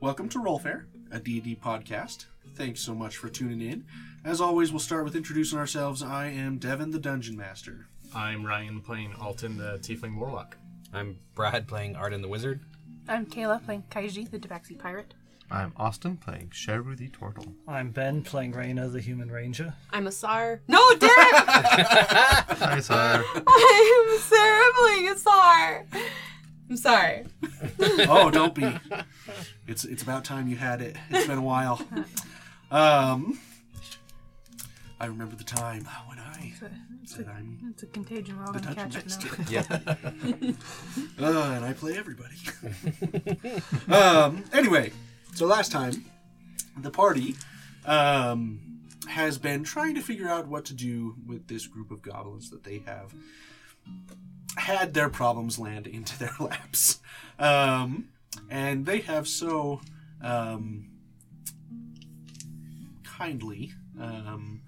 Welcome to Rollfair, a D&D podcast. Thanks so much for tuning in. As always, we'll start with introducing ourselves. I am Devin, the Dungeon Master. I'm Ryan playing Alton the Tiefling Warlock. I'm Brad playing Arden the Wizard. I'm Kayla playing Kaiji, the Devaxi pirate. I'm Austin playing Sheru the Turtle. I'm Ben playing Raina the Human Ranger. I'm Asar. No, Derek! Hi, sir. I'm Sarah playing Asar. I'm sorry. Oh, don't be. It's it's about time you had it. It's been a while. Um, I remember the time Oh, when I It's a, it's said a, I'm it's a contagion. We're all the going to Dungeon catch it Master. now. Uh, and I play everybody. um, anyway, so last time, the party um, has been trying to figure out what to do with this group of goblins that they have had their problems land into their laps. Um, and they have so um, kindly um,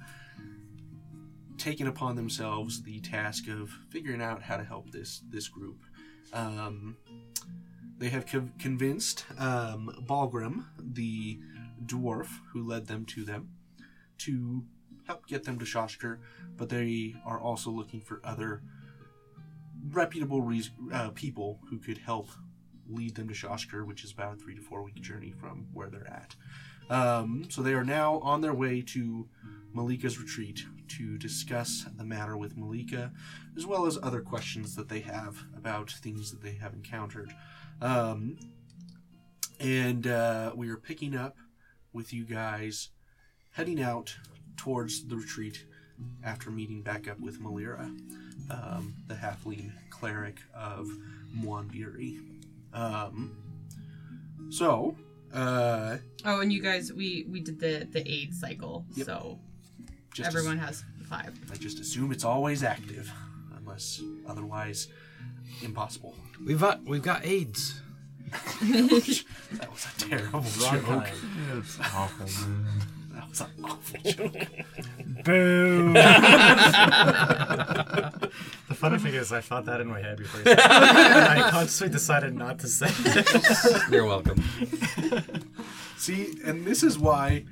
taken upon themselves the task of figuring out how to help this this group. Um, they have conv- convinced um, Balgrim, the dwarf who led them to them, to help get them to Shoshker, but they are also looking for other reputable reas uh, people who could help lead them to Shoshker, which is about a three to four week journey from where they're at. Um, so they are now on their way to Malika's retreat to discuss the matter with Malika, as well as other questions that they have about things that they have encountered. Um, and uh, we are picking up with you guys heading out towards the retreat after meeting back up with Malira, um, the halfling cleric of Muanbiri. Um, so, uh, Oh, and you guys, we we did the the aid cycle, Yep. so just as- everyone has five. I just assume it's always active, unless otherwise impossible. We've got we've got AIDS. That was a terrible joke. It's awful, man. That was an awful joke. Boo! The funny thing is, I thought that in my head before. You said it. and I consciously decided not to say it. You're welcome. See, and this is why.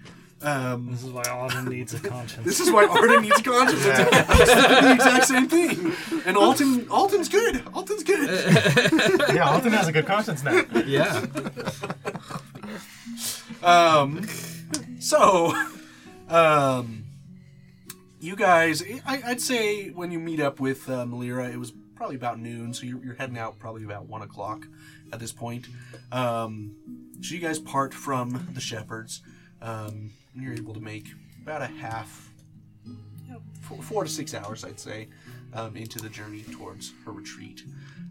Um, this is why all of them needs a conscience. this is why Arden needs a conscience. It's the exact same thing. And Alton, Alton's good. Alton's good. yeah, Alton has a good conscience now. Yeah. Um, so, um, you guys, I, I'd say when you meet up with uh, Malira, it was probably about noon, so you're, you're heading out probably about one o'clock at this point. Um, so you guys part from the shepherds. Um, and you're able to make about a half, you know, four, four to six hours, I'd say, um, into the journey towards her retreat.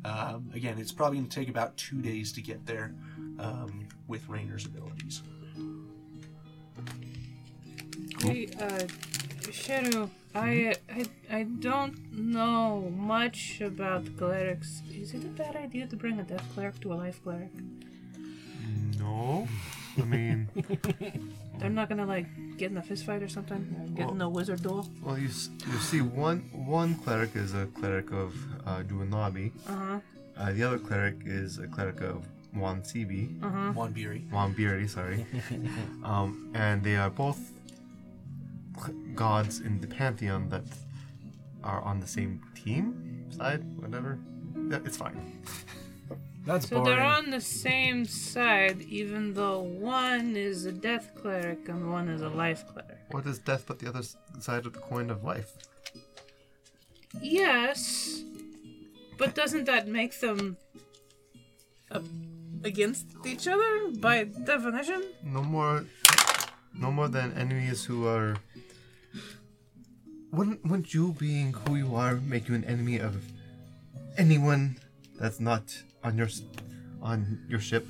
Um, again, it's probably going to take about two days to get there um, with Rainer's abilities. Hey, uh, Shadow, I, I, I don't know much about clerics. Is it a bad idea to bring a deaf cleric to a life cleric? No. I mean, They're not gonna, like, get in a fist fight or something? Or get in a wizard duel? well, you, s- you see, one one cleric is a cleric of uh, Duanabi. Uh-huh. Uh, the other cleric is a cleric of Wansibi. Wanbiri. Wanbiri, sorry. um, and they are both cl- gods in the pantheon that are on the same team side, whatever. Yeah, It's fine. That's So they're on the same side, even though one is a death cleric and one is a life cleric. What is death but the other s- side of the coin of life? Yes, but doesn't that make them uh, against each other by definition? No more, no more than enemies who are. Wouldn't wouldn't you being who you are make you an enemy of anyone that's not on your s- on your ship?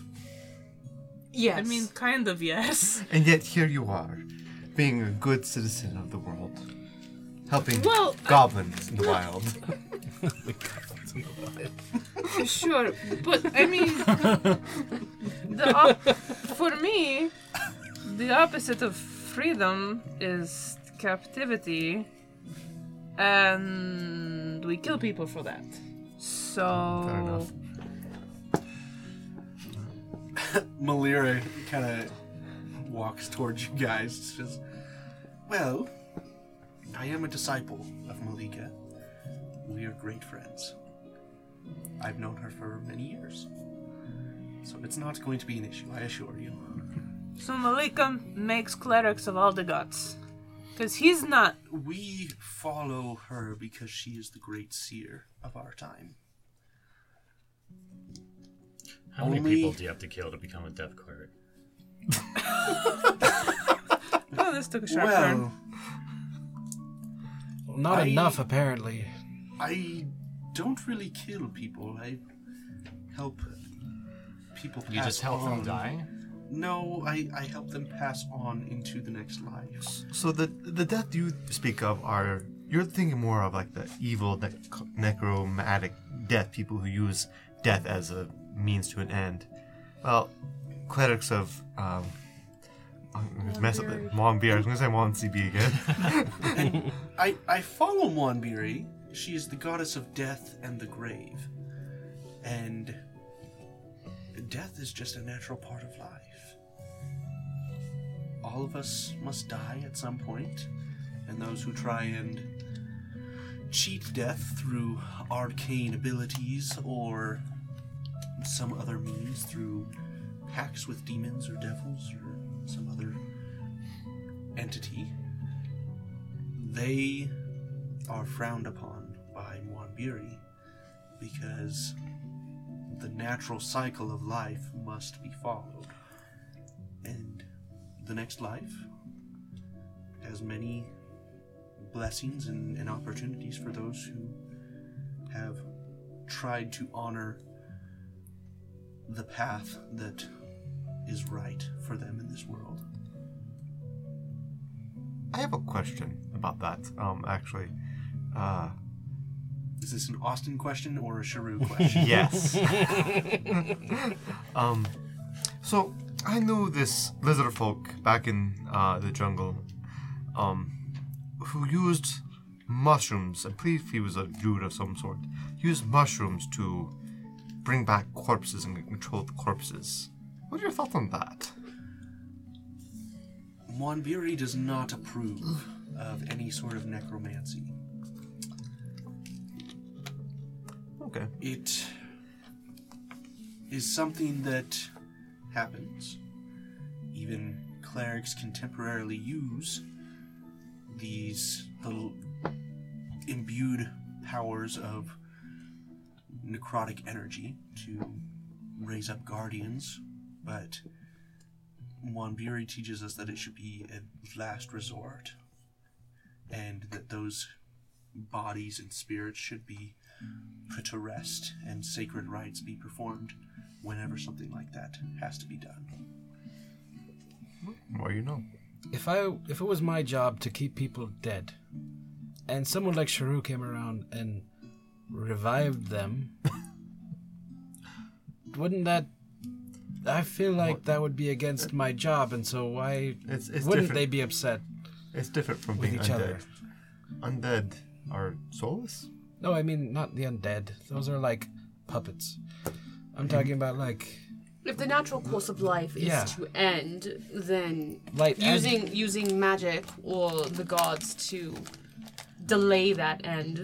Yes. I mean, kind of yes. And yet here you are, being a good citizen of the world, helping Well, I- goblins in the wild. Sure, but I mean, the op- for me, the opposite of freedom is captivity, and we kill people for that. So. Fair enough. Malira kind of walks towards you guys. Says, "Well, I am a disciple of Malika. We are great friends. I've known her for many years, so it's not going to be an issue. I assure you." So Malika makes clerics of all the gods. Because he's not. We follow her because she is the great seer of our time. How many Only- people do you have to kill to become a deaf cleric? Oh, this took a sharp turn. well, Not I- enough, apparently. I don't really kill people. I help people. You just pass help them on. die? No, I, I help them pass on into the next life. So the the death you speak of are you're thinking more of like the evil nec necromantic death people who use death as a means to an end. Well, clerics of um, I'm gonna mess up the Monbeer. I was gonna say Monsebi again. I, I follow Monbiri. She is the goddess of death and the grave. And death is just a natural part of life. All of us must die at some point, and those who try and cheat death through arcane abilities or some other means through pacts with demons or devils or some other entity they are frowned upon by Mwanbiri because the natural cycle of life must be followed. And the next life has many blessings and, and opportunities for those who have tried to honor the path that is right for them in this world. I have a question about that. Um, actually, uh, Is this an Austin question or a Sharu question? Yes. um, so I knew this lizard folk back in uh, the jungle, um, who used mushrooms. I believe he was a druid of some sort. Used mushrooms to bring back corpses and control the corpses. What are your thoughts on that? Monbiri does not approve of any sort of necromancy. Okay. It is something that happens. Even clerics can temporarily use these little imbued powers of necrotic energy to raise up guardians, but Wanbiri teaches us that it should be a last resort, and that those bodies and spirits should be put to rest and sacred rites be performed whenever something like that has to be done. More you know. If I if it was my job to keep people dead, and someone like Sharu came around and revived them, wouldn't that? I feel like that would be against my job, and so why It's- it's wouldn't different. they be upset? It's different from With being each undead. other. Undead are soulless. No, I mean not the undead. Those are like puppets. Mm-hmm. I'm talking about like If the natural course of life is Yeah. to end, then Like, and- using using magic or the gods to delay that end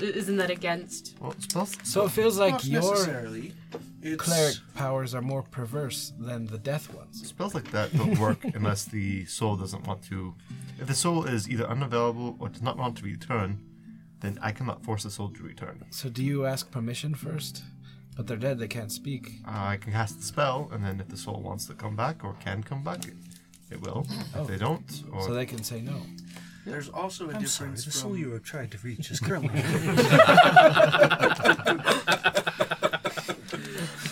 i- isn't that against? Well, spells. so. It feels like Not your necessarily. It's cleric powers are more perverse than the death ones. Spells like that don't work unless the soul doesn't want to. If the soul is either unavailable or does not want to return, then I cannot force the soul to return. So do you ask permission first? But they're dead. They can't speak. I can cast the spell, and then if the soul wants to come back or can come back, it, it will. If they don't, or Oh. So they can say no. There's also a I'm sorry, difference the from soul you were trying to reach is currently.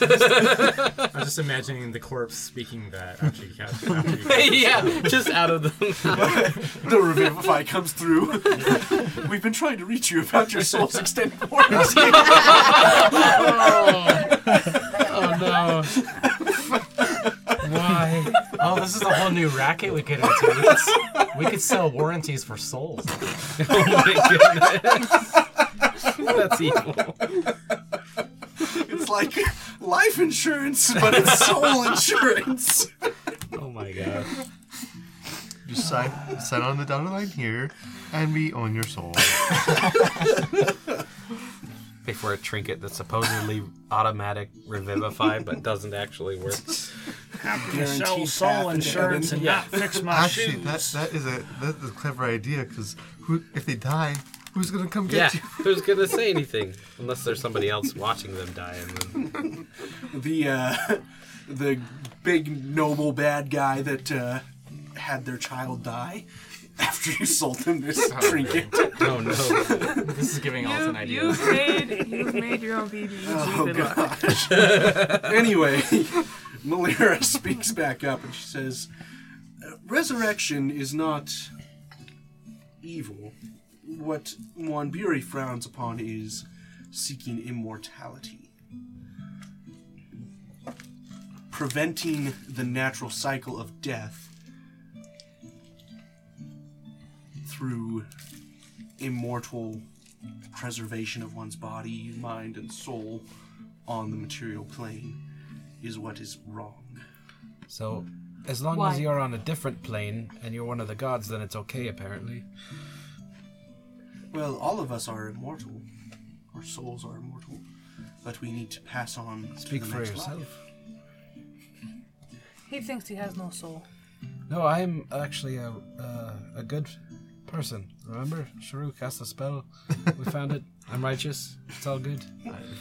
I'm just imagining the corpse speaking that after you cast after you yeah, just out of the. the revivify comes through. We've been trying to reach you about your soul's extended warranty. Oh no! Why? Oh, this is a whole new racket we could into. We could, s- we could sell warranties for souls. Oh my goodness! That's evil. It's like life insurance, but it's soul insurance. Oh my god. You sign, sign on the dotted line here, and we own your soul. Pay for a trinket that's supposedly automatic revivify but doesn't actually work. gonna sell Guaranteed soul half in insurance heaven. and not fix my Actually, shoes. That, that is a that's a clever idea because if they die, who's gonna come Yeah, get you? who's gonna say anything unless there's somebody else watching them die? And then the uh, the big noble bad guy that uh, had their child die after you sold him this Oh, trinket. No, no. This is giving all an idea. You've made you've made your own BB. Oh Good luck. gosh. anyway, Malira speaks back up and she says, "Resurrection is not evil. What Mon Buri frowns upon is seeking immortality, preventing the natural cycle of death through immortal preservation of one's body, mind, and soul on the material plane is what is wrong. So, as long Why? as you're on a different plane and you're one of the gods, then it's okay, apparently. Well, all of us are immortal. Our souls are immortal. But we need to pass on Speak to the for next yourself. life. He thinks he has no soul. No, I am actually a uh, a good person. Remember, Sharu cast a spell. We found it. I'm righteous. It's all good.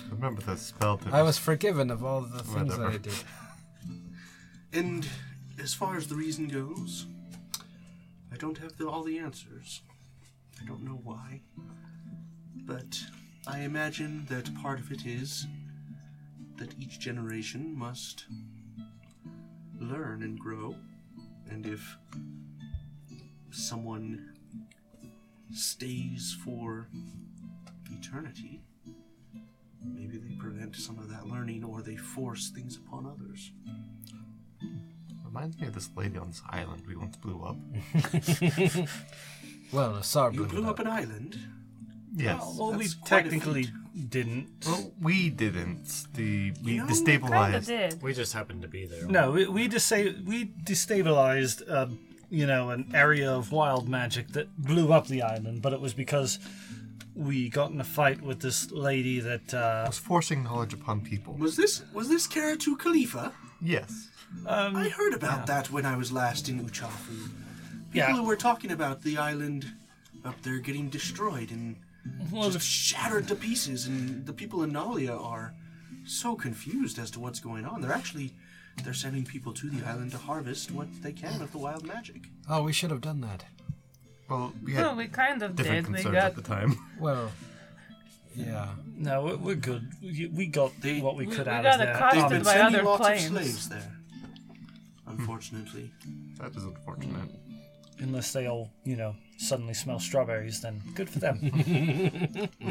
Remember the spell. that I was forgiven of all the things that I Whatever. did. And as far as the reason goes, I don't have the, all the answers. I don't know why. But I imagine that part of it is that each generation must learn and grow. And if someone stays for eternity, maybe they prevent some of that learning or they force things upon others. Reminds me of this lady on this island we once blew up. Oh, well, sorry. You blew up an island? Yes. Wow, Well, we that's quite a technically feat. didn't. Well, we didn't. The we You destabilized. kinda did. We just happened to be there. No, we we, desa- we destabilized, uh, you know, an area of wild magic that blew up the island, but it was because we got in a fight with this lady that uh, was forcing knowledge upon people. Was this was this Karatu Khalifa? Yes. Um, I heard about that when I was last in Uchafu. People Yeah. were talking about the island up there getting destroyed and just shattered to pieces, and the people in Nalia are so confused as to what's going on. They're actually they're sending people to the island to harvest what they can of the wild magic. Oh, we should have done that. Well, we had Well, we kind of different did. We concerns got- at the time. Well, yeah. No, we- we're good. We we got what we we- could we out got of that. accosted Um, by Sending other lots planes. of slaves there, unfortunately. That is unfortunate. Unless they all, you know, suddenly smell strawberries, then good for them. I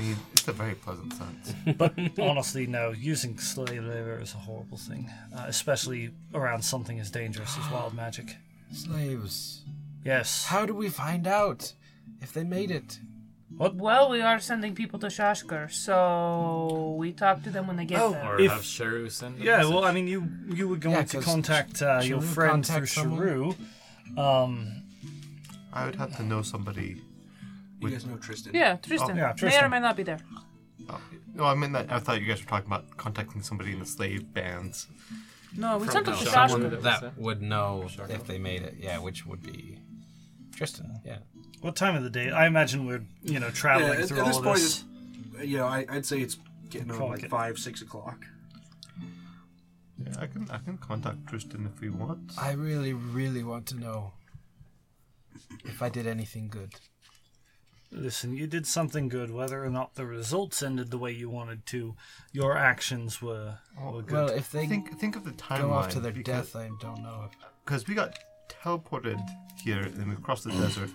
mean, it's a very pleasant sense. but honestly, no, using slave labor is a horrible thing, uh, especially around something as dangerous as wild magic. Slaves. Yes. How do we find out if they made it? What? Well, we are sending people to Shashkar, so we talk to them when they get Oh, there. Or If- have Sheru send a Yeah, message. well, I mean, you you were going Yeah, to 'cause contact uh, your Sharu friend through contact Sharu. Um, I would have to know somebody. You guys know Tristan. Yeah, Tristan. Oh, yeah, May or Tristan. may not be there. Oh, no, I mean, that, I thought you guys were talking about contacting somebody in the slave bands. No, we sent them to Someone Shashkar. that would know if they made it. Yeah, which would be Tristan. Yeah. what time of the day? I imagine we're you know traveling yeah, at, through at this all of point, this. it's, you know, I, I'd say it's getting on Probably like get- five, six o'clock. Yeah, I can I can contact Tristan if we want. I really, really want to know if I did anything good. Listen, you did something good. Whether or not the results ended the way you wanted to, your actions were were good. Well, if they Think- think of the go off to timeline, their because- death, I don't know if Because we got teleported here and we crossed the desert.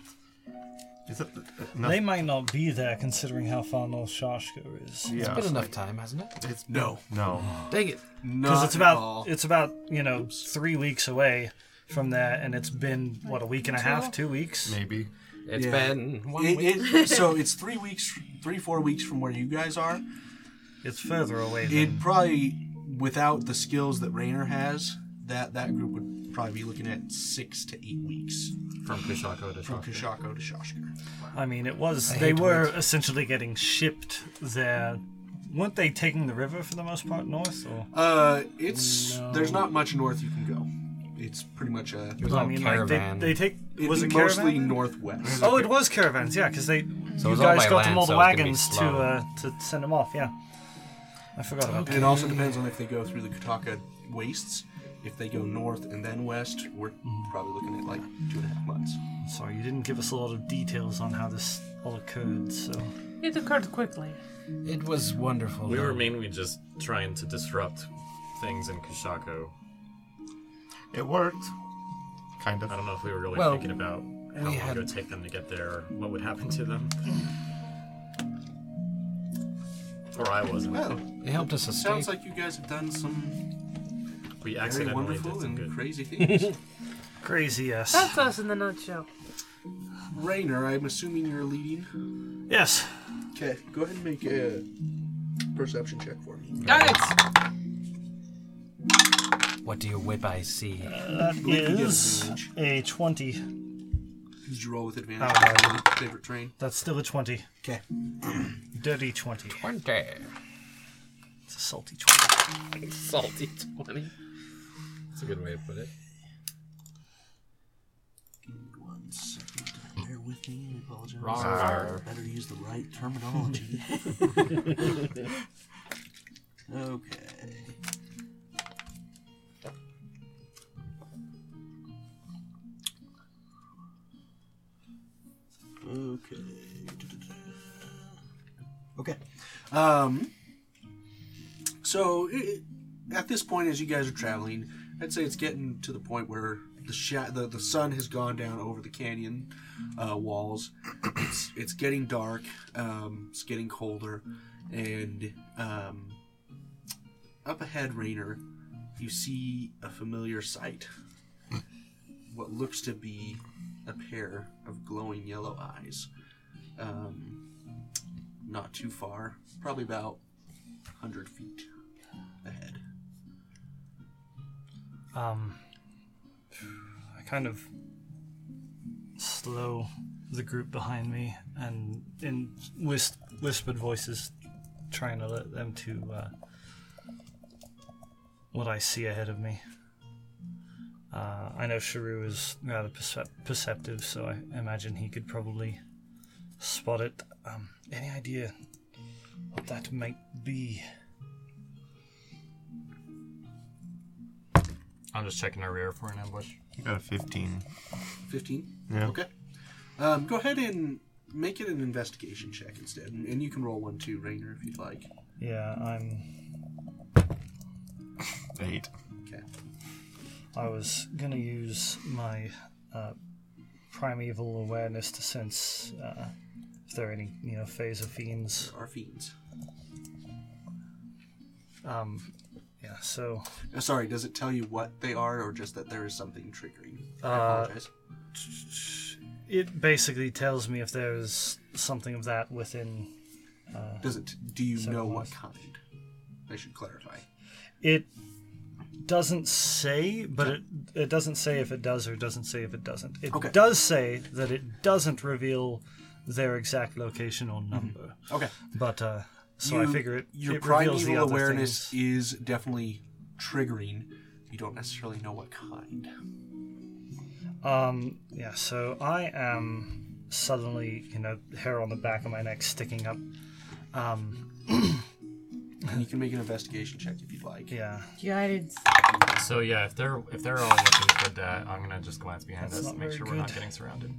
Is that no? They might not be there considering how far north Shashko is. Yeah, been enough time, hasn't it? It's No. No. Dang it! Because it's about it's about you know three weeks away from there, and it's been what a week and a half, two weeks, maybe. It's Yeah. been one It- week. it- so it's three weeks, three four weeks from where you guys are. It's further away. It than- probably without the skills that Raynor has, that that group would probably be looking at six to eight weeks From Kushako to from Shoshka. Kashako to Shoshka. I mean, it was. I they hate were essentially getting shipped there. Weren't they taking the river for the most part north? Or Uh, it's there's not much north you can go. It's pretty much a. was I all mean, like, they- caravan. they take- was it mostly caravan? northwest? oh, it was caravans, yeah, because they So it you was all guys by got land, them all the so it was gonna be wagons to slow. uh, to send them off. Yeah, I forgot about And it that. also depends on if they go through the Kataka wastes. If they go north and then west, we're Mm. probably looking at like two and a half months. Sorry, you didn't give us a lot of details on how this all occurred. So It occurred quickly. It was wonderful. We though. were mainly just trying to disrupt things in Kishako. It worked. Kind of. I don't know if we were really Well, thinking about how long we had- it would take them to get there, or what would happen to them. or I wasn't. Oh, Well, it helped us escape. Sounds like you guys have done some we very accidentally did wonderful some and good. crazy things. crazy, yes. Ah. That's us in the nutshell. Rainer, I'm assuming you're leading. Yes. Okay, go ahead and make a perception check for me. Got it. What do you whip I see? That is a twenty. Did you roll with advantage? Oh, Uh, no. Favorite train. That's still a twenty. Okay. Dirty twenty. Twenty. It's a salty twenty. Salty twenty. That's a good way to put it. One second. Bear with me. I apologize. Rawr. Better use the right terminology. okay. Okay. Okay. Um, so i i- at this point, as you guys are traveling, I'd say it's getting to the point where the sha- the, the sun has gone down over the canyon uh, walls. It's it's getting dark. Um, it's getting colder, and um, up ahead, Rainer, you see a familiar sight. What looks to be a pair of glowing yellow eyes. Um, not too far, probably about 100 feet ahead. Um, I kind of slow the group behind me and in whis- whispered voices, trying to let them to uh, what I see ahead of me. Uh, I know Sharu is rather percep- perceptive, so I imagine he could probably spot it. Um, any idea what that might be? I'm just checking our rear for an ambush. You got a 15. 15? Yeah. Okay. Um, go ahead and make it an investigation check instead. And, and you can roll one too, Rainer, if you'd like. Yeah, I'm. Eight. Okay. I was gonna use my uh, primeval awareness to sense uh, if there are any, you know, phase of fiends. There are fiends. Um, yeah. So Uh, sorry, does it tell you what they are or just that there is something triggering? I Uh, apologize. it basically tells me if there is something of that within. Uh, Does it? Do you seven know what miles. kind? I should clarify. It doesn't say, but it it doesn't say if it does or doesn't say if it doesn't. It Okay. does say that it doesn't reveal their exact location or number. Okay. But uh, so I Mm-hmm. You- figure it Your it reveals the primeval other awareness things. is definitely triggering. You don't necessarily know what kind. Um, yeah, so I am suddenly, you know, hair on the back of my neck sticking up. Um, And you can make an investigation check if you'd like. yeah, Guidance. So yeah, if they're if they're all looking for that, I'm gonna just glance behind That's us not to make very sure we're not good. getting surrounded.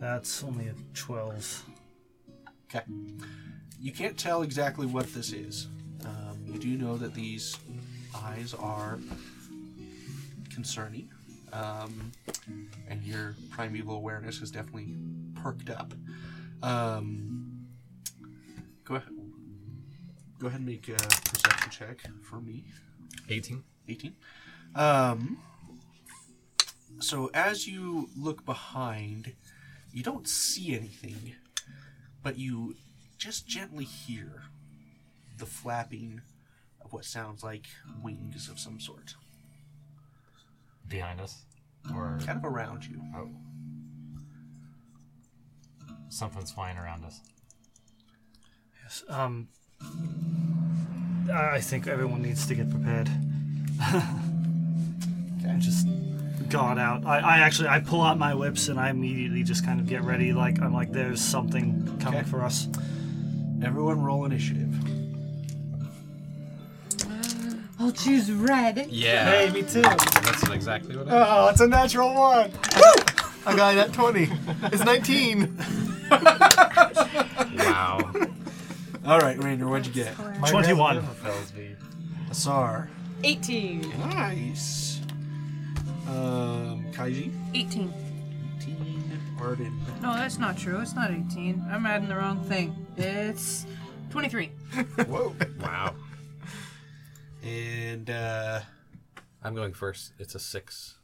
that's only a 12. Okay. You can't tell exactly what this is. Um, you do know that these eyes are concerning, um, and your primeval awareness is definitely perked up. Um, go ahead. Go ahead and make a perception check for me. 18. 18. Um, so as you look behind, you don't see anything, but you just gently hear the flapping of what sounds like wings of some sort. Behind us? Or Kind of around you. Oh. Something's flying around us. Yes, Um, I think everyone needs to get prepared. And Just guard out. I, I actually I pull out my whips and I immediately just kind of get ready. Like I'm like, there's something coming for us. Everyone, roll initiative. I'll choose red. Yeah. Hey, me too. That's exactly what I Oh, it's a natural one. I got it at 20. It's 19. Wow. All right, Rainer, what'd you get? My 21. grandma fails me. Asar. 18. Nice. Um, Kaiji. 18. 18. Arden. No, that's not true. It's not 18. I'm adding the wrong thing. It's 23. Whoa. Wow. And uh, I'm going first. It's a six.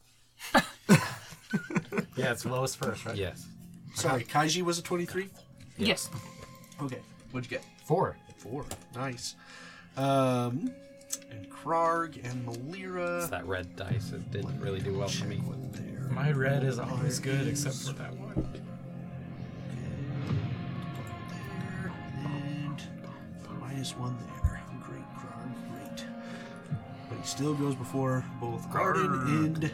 Yeah, it's lowest first, right? Yes. sorry, Kaiji was a 23? Yes. Okay. What'd you get? Four. Four. Nice. Um, and Krarg and Malira. It's that red dice. It didn't really do well for me. My red is always good except for that one. And minus one there. Great, Krog, great. But he still goes before both Arden and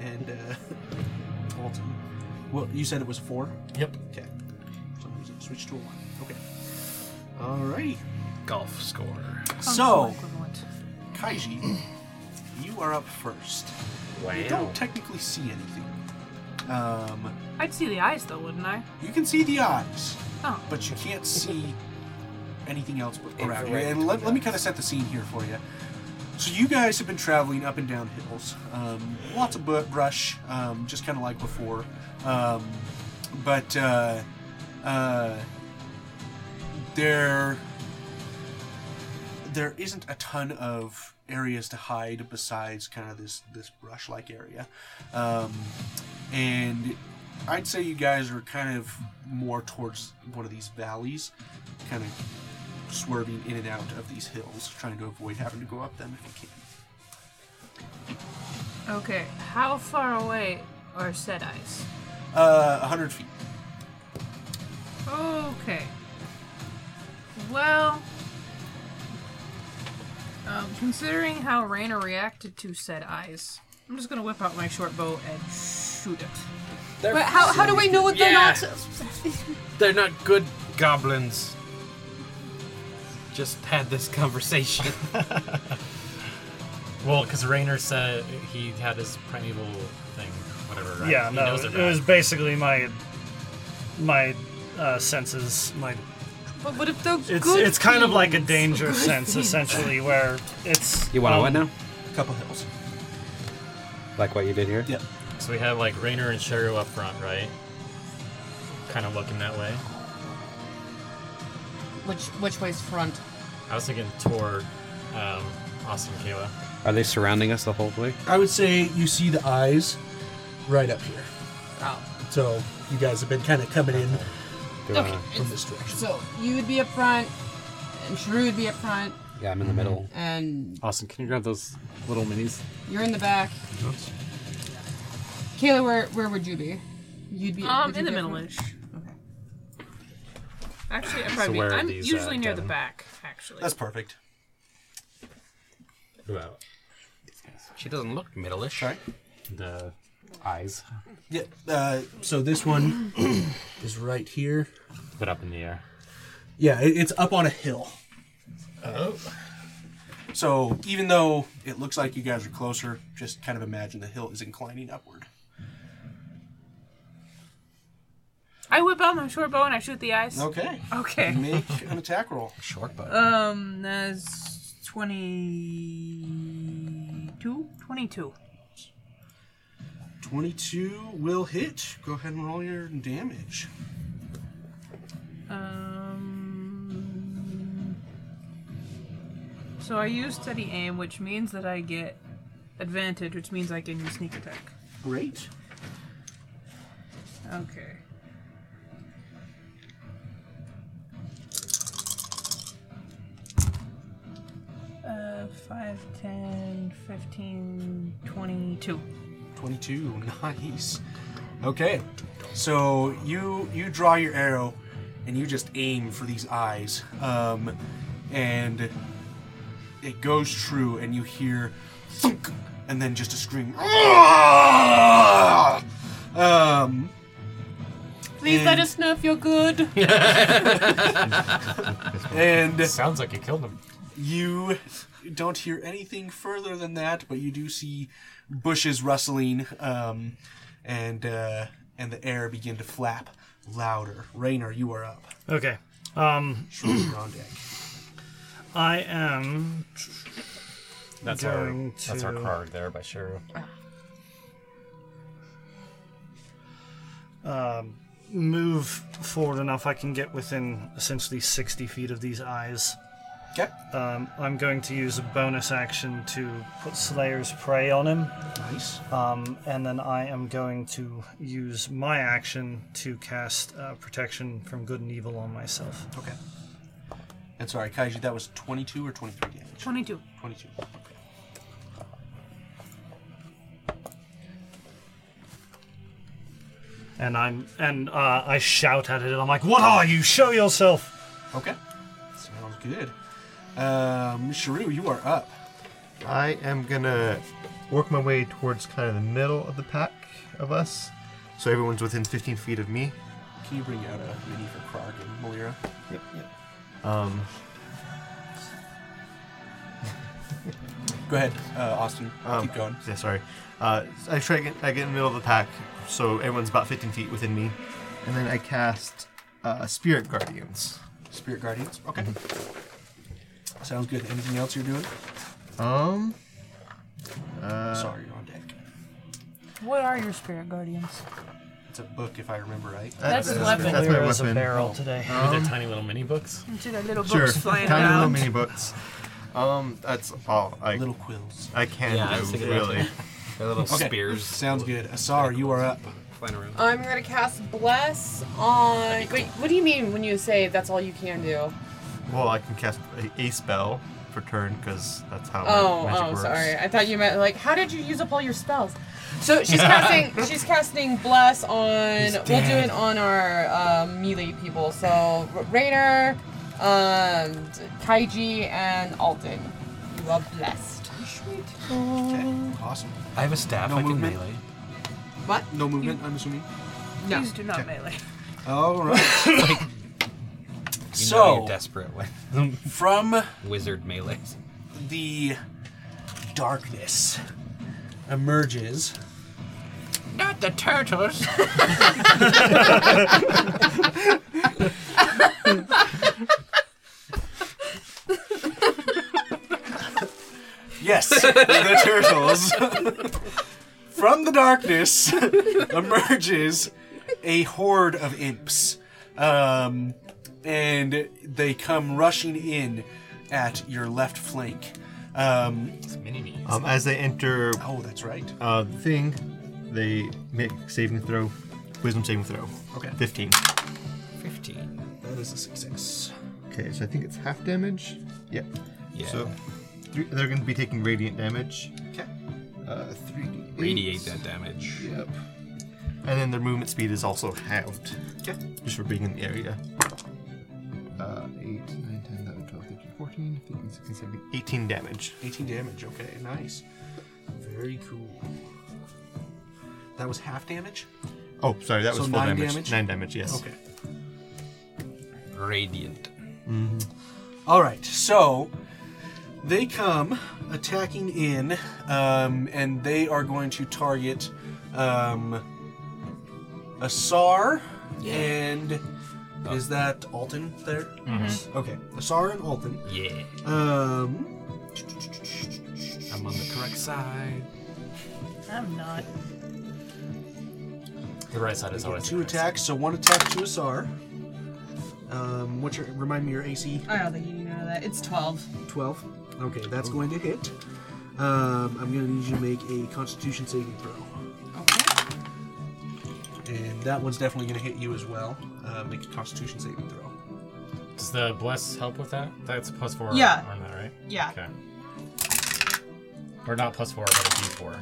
and uh, Alton. Well, you said it was a four. Yep. Okay. For some reason, switch to a one. Okay. Alrighty. Golf score. So, Kaiji, you are up first. You Wow. don't technically see anything. Um, I'd see the eyes though, wouldn't I? you can see the eyes. Oh. but you can't see anything else around here. Infrared And let, let me kind of set the scene here for you. So you guys have been traveling up and down hills, um, lots of bu- brush, um, just kind of like before, um, but uh, uh, there there isn't a ton of areas to hide besides kind of this this brush like area, um, and I'd say you guys are kind of more towards one of these valleys, kind of swerving in and out of these hills, trying to avoid having to go up them if you can. Okay. How far away are said eyes? Uh, 100 feet. Okay. Well, um, considering how Raina reacted to said eyes, I'm just gonna whip out my short bow and shoot it. But how, how do we know what they're Yeah. not? They're not good goblins. Just had this conversation. Well, because Rainer said he had his primeval thing, whatever, right? Yeah, he no, knows it they're was bad. basically my my uh, senses. My But what if they're it's good it's kind of like a things? danger Good sense things. essentially, where it's You want to um, what now? A couple hills. Like what you did here? Yep. So we have like Rainer and Sheru up front, right? Kind of looking that way. Which which way's front? I was thinking toward um, Austin Kayla. Are they surrounding us the whole way? I would say you see the eyes right up here. Oh. So you guys have been kind of coming in Do Okay. I- from this direction. So you would be up front, and Shrew would be up front, yeah, I'm in the middle. and Austin, can you grab those little minis? you're in the back. Kayla, where where would you be? You'd be um would you in the be up middle front? ish. Actually, I'm probably where are I'm these, uh, usually near the Devin? back. Actually, That's perfect. About She doesn't look middle-ish. Sorry? the eyes. Yeah. Uh, so this one is right here. Put up in the air. Yeah, it, it's up on a hill. Oh. So even though it looks like you guys are closer, just kind of imagine the hill is inclining upward. I whip out my short bow and I shoot the eyes. Okay. Okay. Make an attack roll. Short but Um, that's 22? 22. 22 will hit. Go ahead and roll your damage. Um, so I use steady aim, which means that I get advantage, which means I can use sneak attack. Great. Okay. Uh, 5, 10, 15, 22. 22 nice okay so you you draw your arrow and you just aim for these eyes um, and it goes true and you hear thunk and then just a scream um, Please let and- us know if you're good. and sounds like you killed him. You don't hear anything further than that, but you do see bushes rustling, um, and uh, and the air begin to flap louder. Rainer, you are up. Okay. Um, Shrew, you're on deck. I am. That's our going that's our to- card there by Shiro. um, move forward enough, I can get within essentially 60 feet of these eyes. Okay. Um, I'm going to use a bonus action to put Slayer's Prey on him. Nice. Um, and then I am going to use my action to cast uh, Protection from Good and Evil on myself. Okay. And sorry, Kaiji, that was 22 or 23 damage? 22. 22. And I'm and uh, I shout at it. I'm like, "What are you? Show yourself!" Okay. Sounds good. Um, Shrew, you are up. I am gonna work my way towards kind of the middle of the pack of us, so everyone's within 15 feet of me. Can you bring out a mini for Krog and Malira? Yep, yep. Um, Go ahead, uh, Austin. um, Keep going. Yeah, sorry. Uh, I try to get, I get in the middle of the pack, so everyone's about 15 feet within me, and then I cast uh, Spirit Guardians. Spirit Guardians. Okay. Sounds good. Anything else you're doing? Um. Uh, Sorry, you're on deck. What are your spirit guardians? It's a book, if I remember right. That's his weapon. That's my Clear as a weapon. barrel today. With their Um, tiny little mini books. To the little Sure. books flying Tiny little around. mini books. Um, that's all. I, little quills. I can Yeah, I was do thinking about really. They're little Okay, Uh, spears. Sounds good. Asar, you are up. Flying around. I'm gonna cast bless on. Wait, what do you mean when you say that's all you can do? Well, I can cast a, a spell for turn because that's how my Oh, magic oh, works. sorry. I thought you meant like, how did you use up all your spells? So she's casting, she's casting bless on. He's We'll do dead. it on our um, melee people. So R- Rainer, um, Kaiji, and Alden. You are blessed. Okay, awesome. I have a staff. No I can movement? melee. What? No movement, I'm assuming. No. Please do not melee. All right. You know so, you're desperate when from wizard melees. the darkness emerges. Not the turtles. Yes, the turtles. from the darkness emerges a horde of imps. Um, and they come rushing in at your left flank. Um, Mini me. Um, as they enter oh, that's right. uh, the thing, they make saving throw, wisdom saving throw. Okay. 15. Fifteen. That is a success. Okay, so I think it's half damage. Yep. Yeah. So three, they're going to be taking radiant damage. Okay. Uh, three. Radiate that damage. Yep. And then their movement speed is also halved. Okay. Just for being in the area. Uh, 8, 9, 10, 11, 12, 13, 14, 15, 16, 17, 18 damage. 18 damage. Okay, nice. Very cool. That was half damage? Oh, sorry, that So was full nine damage. damage? 9 damage, yes. Okay. Radiant. Mm-hmm. All right, so they come attacking in, um, and they are going to target um, Asar and. Is that Alton there? Okay, Asar and Alton. Yeah. Um, I'm on the correct side. I'm not. The right side they is get always two the correct attacks, so one attack to Asar. Um, what's your remind me your AC? I don't think you need to know that. It's 12. 12. Okay, that's going to hit. Um, I'm going to need you to make a Constitution saving throw. Okay. And that one's definitely going to hit you as well. Uh, make a Constitution saving throw. side. Does the bless help with that? That's plus four. Yeah. On that, right? Yeah. Okay. Or not plus four, but a d4.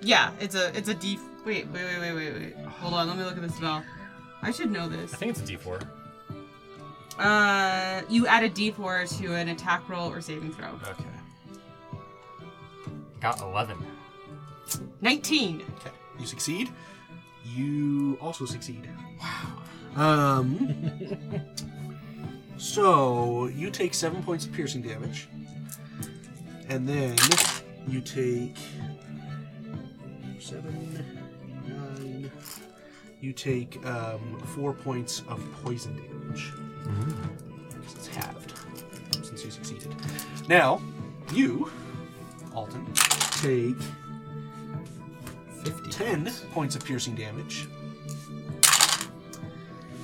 Yeah, it's a it's a D. Wait, wait, wait, wait, wait, wait. Hold on, let me look at the spell. I should know this. I think it's a d4. Uh, you add a D4 to an attack roll or saving throw. Okay. Got 11. 19. Okay. You succeed. You also succeed. Wow. Um. so you take seven points of piercing damage, and then you take seven, nine. You take um, four points of poison damage. Because it's halved since you succeeded. Now, you, Alton, take 10 points of piercing damage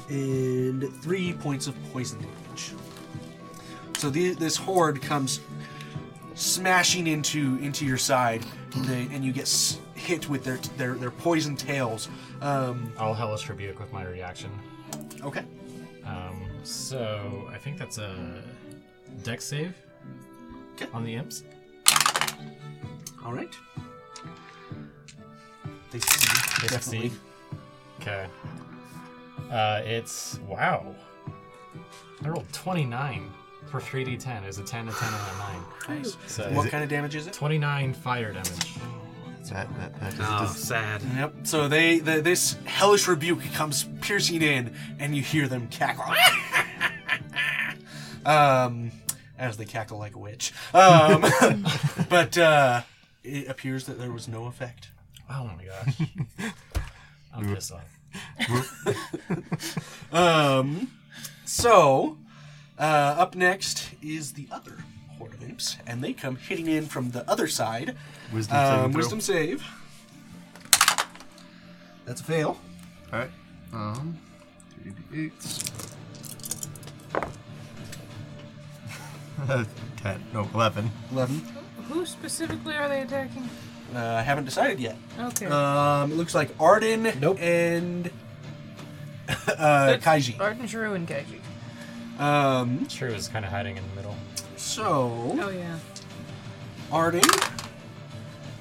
and 3 points of poison damage. So the, this horde comes smashing into into your side and, they, and you get s- hit with their their, their poison tails. Um, I'll hellish rebuke with my reaction. Okay. Um, so I think that's a deck save on the imps. All right. They succeed. They definitely. succeed. Okay. Uh, it's wow. I rolled 29 for 3d10. Is a 10, a 10, and a 9. Nice. So What kind of damage is it? 29 fire damage. That, that, that Oh, sad. Yep. So they, the, this hellish rebuke comes piercing in, and you hear them cackle. um, as they cackle like a witch. Um, but uh, it appears that there was no effect. Oh my gosh. I'm uh, pissed off. um, so uh, up next is the other horde of imps, and they come hitting in from the other side. Wisdom saving Um, throw. wisdom save. That's a fail. All right. Um, 3d8. 10. No, 11. 11. Who specifically are they attacking? Uh, I haven't decided yet. Okay. Um, it looks like Arden and uh, Kaiji. Arden, Shrew, and Kaiji. Um, True is kind of hiding in the middle. so Oh yeah. Arden,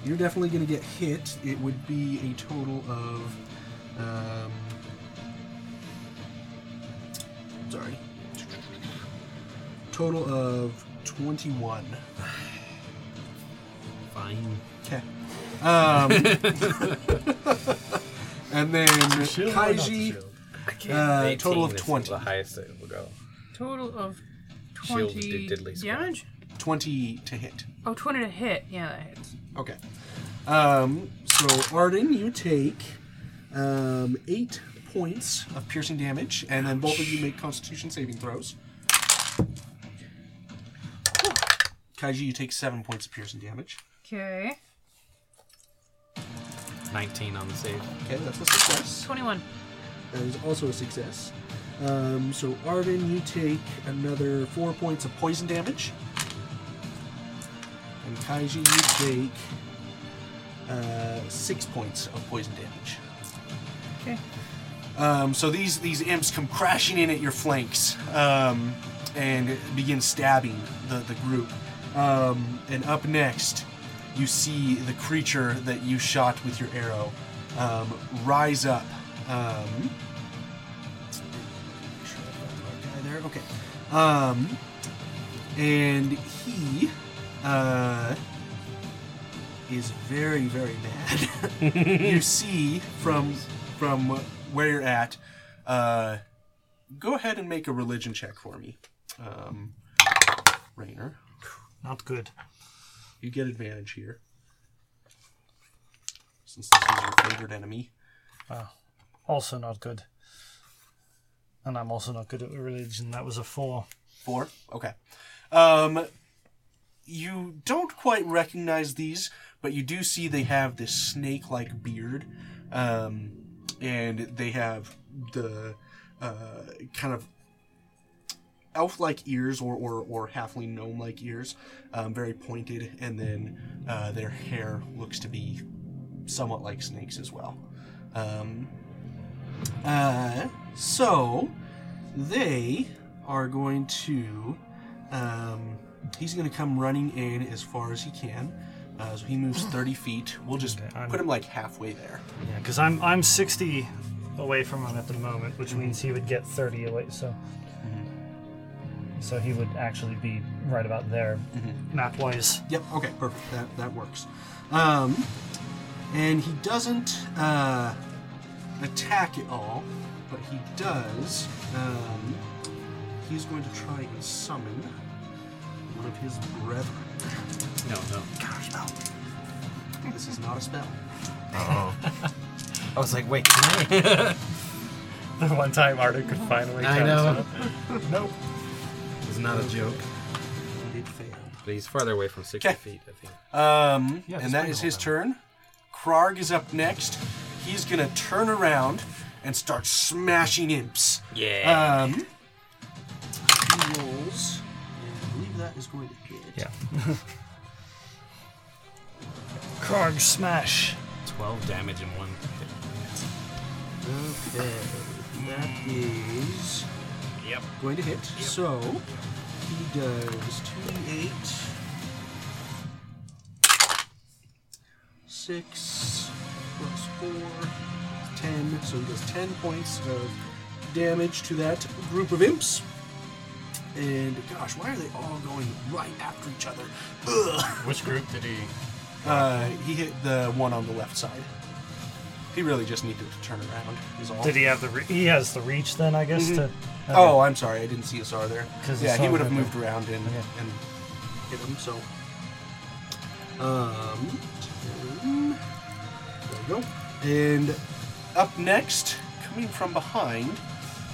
you're definitely going to get hit. It would be a total of. Um, sorry. Total of 21. Fine. Okay. Um, and then Kaiji, uh, total of 20. The highest it will go. Total of Shield 20 did diddly squat. damage? 20 to hit. Oh, 20 to hit. Yeah, that hits. Okay. Um, so Arden, you take um, eight points of piercing damage, and then both of you make Constitution saving throws. Kaiji, you take seven points of piercing damage. Okay. 19 on the save. Okay, that's a success. 21. That is also a success. Um, so Arden, you take another four points of poison damage, and Kaiji, you take uh, six points of poison damage. Okay. Um, so these these imps come crashing in at your flanks um, and begin stabbing the, the group. Um, and up next, you see the creature that you shot with your arrow um, rise up. Um, make sure I've got the right guy there. Okay. Um, and he uh, is very very mad. you see from from where you're at. Uh, go ahead and make a religion check for me, um, Rainer. Not good. You get advantage here since this is your favorite enemy. Also not good. And I'm also not good at religion. That was a four. Four. Okay. Um, you don't quite recognize these, but you do see they have this snake-like beard, um, and they have the uh, kind of elf-like ears or or, or halfling gnome-like ears, um, very pointed, and then uh, their hair looks to be somewhat like snakes as well. Um, uh, so they are going to um, He's going to come running in as far as he can. Uh, so he moves 30 feet. We'll just put him like halfway there. Yeah, because I'm I'm 60 away from him at the moment, which means he would get 30 away. So, so he would actually be right about there, map wise. Yep. Okay. Perfect. That that works. Um, and he doesn't uh, attack at all, but he does. Um, he's going to try and summon one of his brethren. No, no. Gosh, no. This is not a spell. Oh. I was like, wait, can I? the one time Arda could finally. I tell know. us. nope. It's not a joke. He did fail. But he's farther away from 60 feet, I think. Um, Yeah, and just that wait is a his turn. Krarg is up next. He's gonna turn around and start smashing imps. Yeah. Um, he rolls, and I believe that is going to hit. Yeah. Krog smash. 12 damage in one hit. Okay, that is yep. going to hit. So he does 2d8, 6 plus 4, 10. So he does 10 points of damage to that group of imps. And gosh, why are they all going right after each other? Ugh. Which group did he? Uh, he hit the one on the left side. He really just needed to turn around. Is all. Did he have the? Re- he has the reach then, I guess. Mhm. To. Oh, I'm sorry. I didn't see Asar there. 'Cause Yeah, he Asar would have went moved there. around and, Okay. and hit him. So, um, turn. Um, there we go. And up next, coming from behind,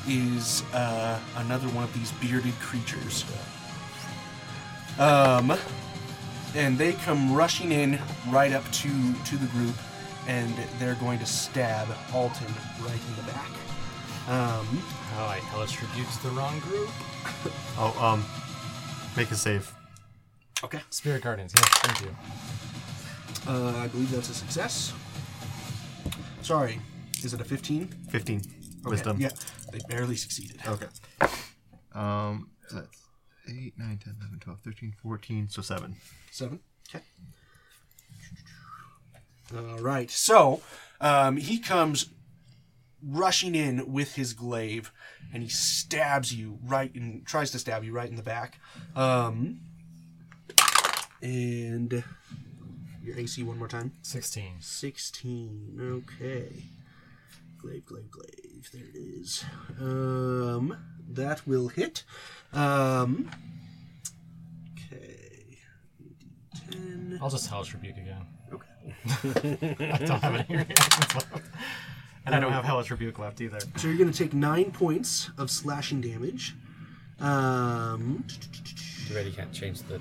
is uh, another one of these bearded creatures. Um, and they come rushing in right up to to the group, and they're going to stab Alton right in the back. Um, Oh, I hellish rebukes the wrong group. Oh, um, make a save. okay. Spirit Guardians. Yes, thank you. Uh, I believe that's a success. Sorry, is it a 15? 15. Okay, Wisdom. Yeah, they barely succeeded. Okay. Um, so that's 8, 9, 10, 11, 12, 13, 14, so 7. Seven. Okay. All right. So um, he comes rushing in with his glaive, and he stabs you right in, tries to stab you right in the back. Um, and your AC one more time. 16. 16. Okay. Glaive, glaive, glaive. There it is. Um, that will hit. Um, okay. 10. I'll just hellish rebuke again. Okay. I don't have any reactions left. And I don't have hellish rebuke left either. So you're going to take nine points of slashing damage. Um, Too bad you can't change the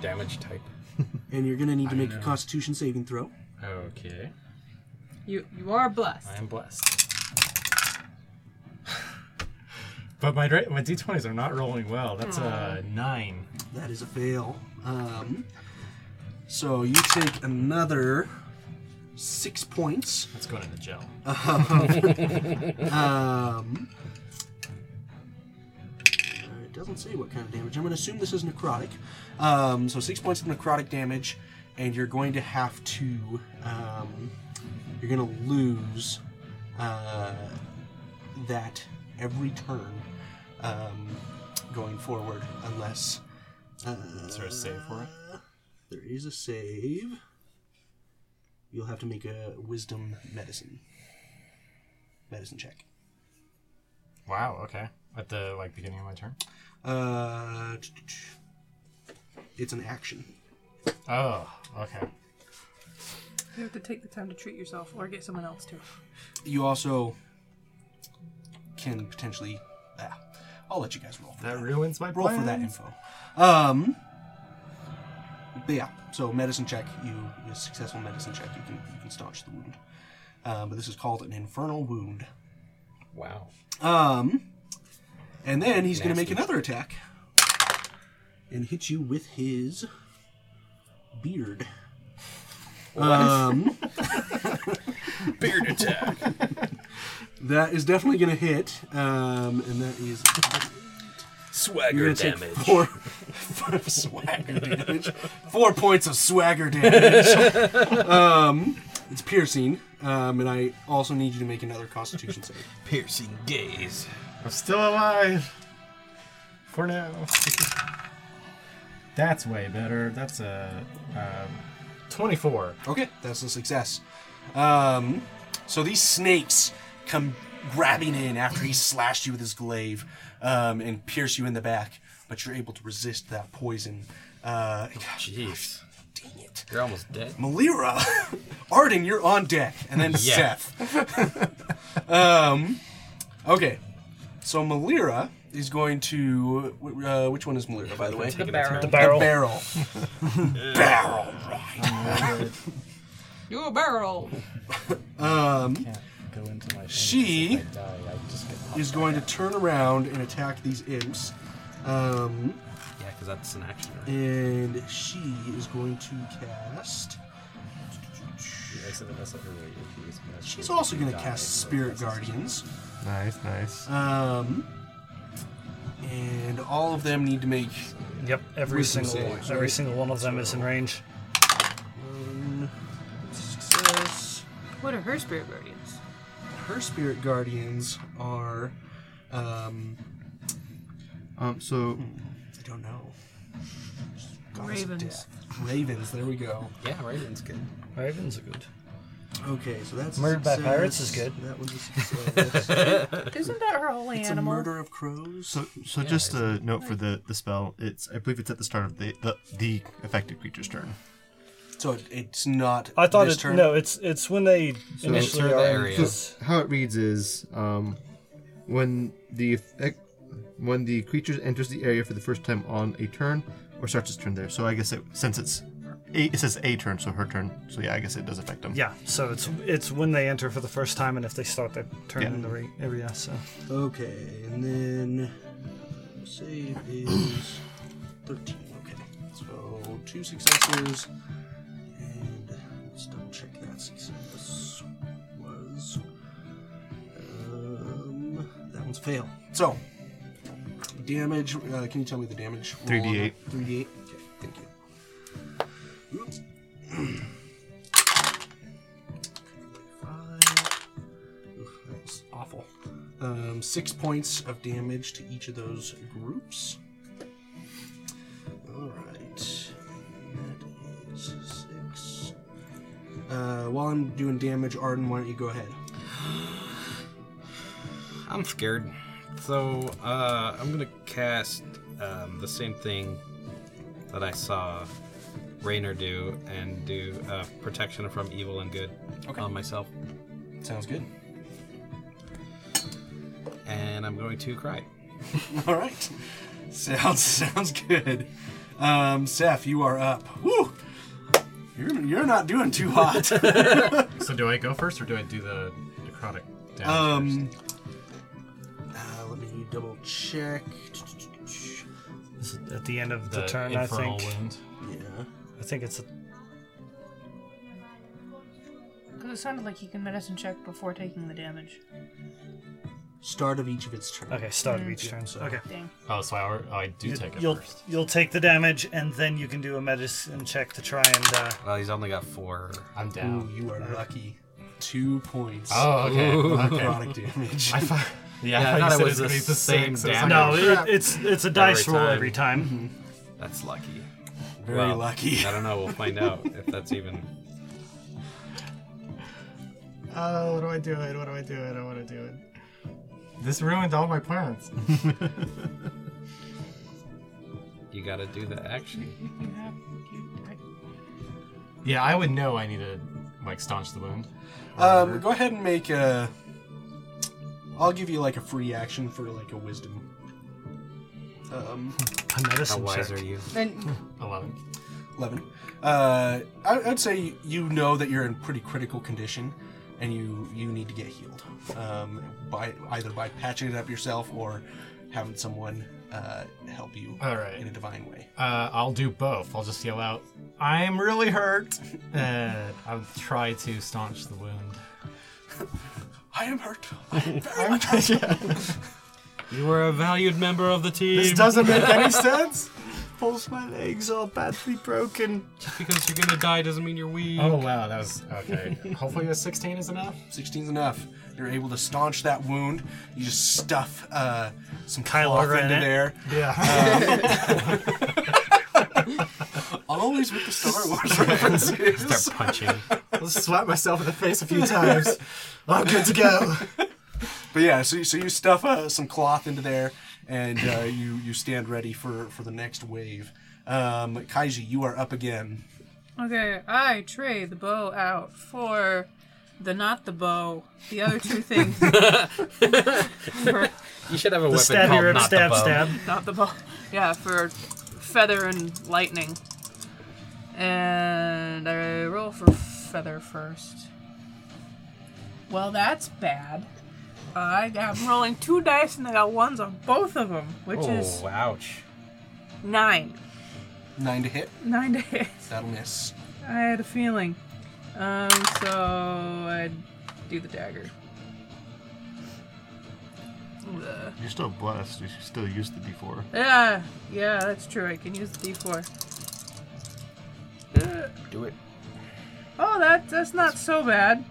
damage type. and you're going to need to I make a know. Constitution saving throw. Okay. You you are blessed. I am blessed. But my, dra- my d20s are not rolling well. That's uh, a 9. That is a fail. Um, so you take another six points. That's going in the gel. um, it doesn't say what kind of damage. I'm going to assume this is necrotic. Um, so six points of necrotic damage, and you're going to have to. Um, you're going to lose uh, that every turn um, going forward, unless. Uh, Is there a save for it? There is a save. You'll have to make a wisdom medicine medicine check. Wow, okay. At the like beginning of my turn? Uh, t- t- t- it's an action. Oh, okay. You have to take the time to treat yourself or get someone else to. You also can potentially. Ah, I'll let you guys roll. That ruins my Roll for that plans. info. Um. But yeah, so medicine check. You a successful medicine check. You can you can staunch the wound. Um, but this is called an infernal wound. Wow. Um. And then he's going to make Nasty. another attack and hit you with his beard. Um, Beard attack. That is definitely going to hit, um, and that is I'm Swagger gonna take damage. Four, four swagger damage. Four points of swagger damage. um, it's piercing, um, and I also need you to make another Constitution save. Piercing gaze. I'm still alive. For now. That's way better. That's a um, 24. Okay, that's a success. Um, so these snakes come grabbing in after he slashed you with his glaive um, and pierce you in the back, but you're able to resist that poison. Uh, Jeez. Dang it. You're almost dead. Malira, Arden, you're on deck, and then Yeah. Seth. um, okay, so Malira is going to. wh- Uh, which one is Malira, by the way? The barrel. The The barrel. barrel. barrel. right. You a barrel. Um, she is going to turn around and attack these imps. Um, Yeah, because that's an action. Right? and she is going to cast. She's also going to cast Spirit Guardians. Nice, nice. Um, and all of them need to make. Yep, every wisdom single saves, every right? single one of them is in range. One success. What are her spirit guardians? Her Spirit Guardians are. Um, Um, so I don't know. Gods of Ravens. death. Ravens. There we go. Yeah, Raven's good. Ravens are good. Okay, so that's a Murdered by success. pirates is good. That was a success. Isn't that her holy it's animal? a murder of crows. So, so just a note for the, the spell. It's I believe it's at the start of the the, the affected creature's turn. So it, it's not. I thought this it turn? no, it's it's when they initially are in this- how it reads is um, when the effect, when the creature enters the area for the first time on a turn or starts its turn there. So I guess it, since it's a, it says a turn, so her turn. So yeah, I guess it does affect them. Yeah, so it's it's when they enter for the first time and if they start their turn Yeah. in the re- area. So Okay, and then save is thirteen. Okay, so two successes, and let's double check that success was. Um, that one's fail. So damage. Uh, can you tell me the damage? roll on 3d8. that? 3d8. Okay, thank you. Oops. Five. Oof, that was awful. Um, six points of damage to each of those groups. All right. That is six. Uh, while I'm doing damage, Arden, why don't you go ahead? I'm scared. So uh, I'm gonna cast um, the same thing that I saw Raynor do and do uh, protection from evil and good on myself. Sounds good. And I'm going to cry. All right. Sounds sounds good. Um, Seth, you are up. Woo! You're, you're not doing too hot. so do I go first or do I do the necrotic damage? um, uh, let me double check. is it at the end of the, The turn, I infernal think. wound. Yeah. I think it's a, Because it sounded like you can medicine check before taking the damage. Start of each of its turns. okay. Start of each turn. So okay. Dang. Oh, so I, alre- oh, I do You- take it you'll first. you'll take the damage and then you can do a medicine check to try and. Uh, Well, he's only got four. I'm Ooh, down. you are lucky. Two points. Oh, okay. of okay. necrotic damage. I thought, yeah, Yeah, I I thought it thought, you was said it the was the same same. so it's like, no, oh, it, crap. it's it's a dice roll time. every time. That's lucky. Very Well, lucky. I don't know. We'll find out if that's even. Oh, what do I do? It. What do I do? It. I want to do it. This ruined all my plans. You gotta do the action. You have. You, I, Yeah, I would know I need to like staunch the wound. Um, go ahead and make a. I'll give you like a free action for like a wisdom. Um, A How medicine wise check. are you? And Eleven. eleven. Uh, I, I'd say you know that you're in pretty critical condition, and you you need to get healed. Um, by either by patching it up yourself or having someone uh, help you All right. in a divine way. Uh, I'll do both. I'll just yell out, "I'm really hurt," and I'll try to staunch the wound. I am hurt. I am very much hurt. You were a valued member of the team. This doesn't make any sense. Pulls my legs are badly broken. Just because you're gonna die doesn't mean you're weak. Oh wow, that was okay. Hopefully a 16 is enough. 16's enough. You're able to staunch that wound. You just stuff uh, some Kyle Ogre in into it. there. Yeah. Um, always with the Star Wars references. Start punching. I'll slap myself in the face a few times. I'm good to go. But yeah, so so you stuff uh, some cloth into there, and uh, you you stand ready for for the next wave. Um, Kaiji, you are up again. Okay, I trade the bow out for the not the bow, the other two things. For- You should have a The weapon stabby called rib, not stab, the bow. stab. Not the bow. Yeah, for feather and lightning. And I roll for feather first. Well, that's bad. I am rolling two dice and I got ones on both of them, which is Oh, ouch. nine. Nine to hit. Nine to hit. That'll miss. I had a feeling. Um, so I'd do the dagger. Ugh. You're still blessed. You should still use the D4. Yeah, yeah, that's true. I can use the D4. Ugh. Do it. Oh, that that's not so bad.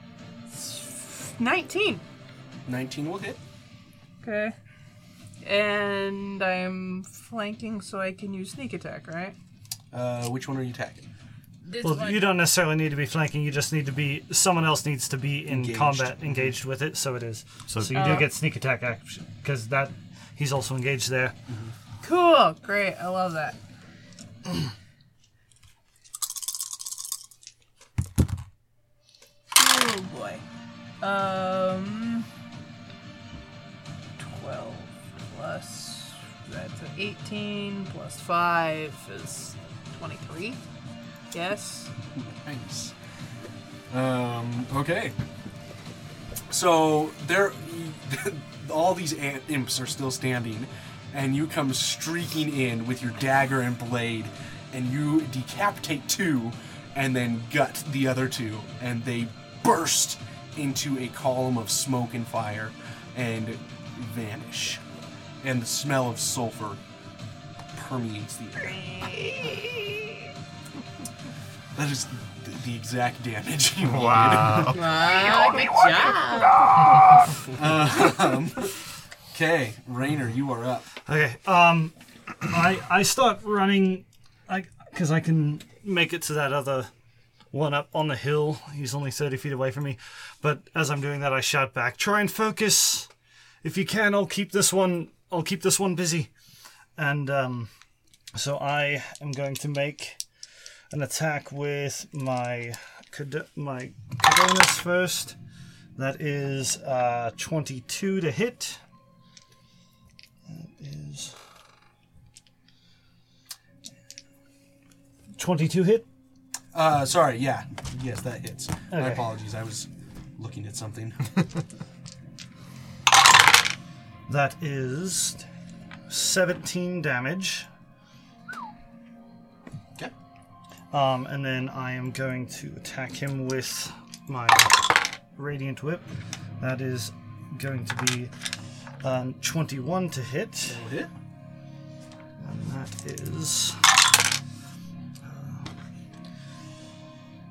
Nineteen. Nineteen will hit. Okay. And I'm flanking, so I can use sneak attack, right? Uh, which one are you attacking? This Well, you don't necessarily need to be flanking. You just need to be. Someone else needs to be in Engaged. combat, engaged with it. So it is. So- So, you Oh. do get sneak attack action because that he's also engaged there. Cool, great, I love that. oh boy. Um, 12 plus, that's an 18, plus 5 is 23. Yes. Nice. Um, okay. So there, all these ant imps are still standing, and you come streaking in with your dagger and blade, and you decapitate two, and then gut the other two, and they burst into a column of smoke and fire, and vanish, and the smell of sulfur permeates the air. That is th- the exact damage you Wow. needed. Wow, good job. okay, Rainer, you are up. Okay. Um, I I start running, I because I can make it to that other one up on the hill. He's only thirty feet away from me, but as I'm doing that, I shout back, "Try and focus. If you can, I'll keep this one. I'll keep this one busy." And um, so I am going to make an attack with my cad- my Cadonus first. That is uh, 22 to hit. That is 22 hit. Uh, sorry, yeah. Yes, that hits. My Okay. apologies, I was looking at something. That is 17 damage. Okay. Um, and then I am going to attack him with my Radiant Whip. That is going to be um, 21 to hit. hit. And that is. uh,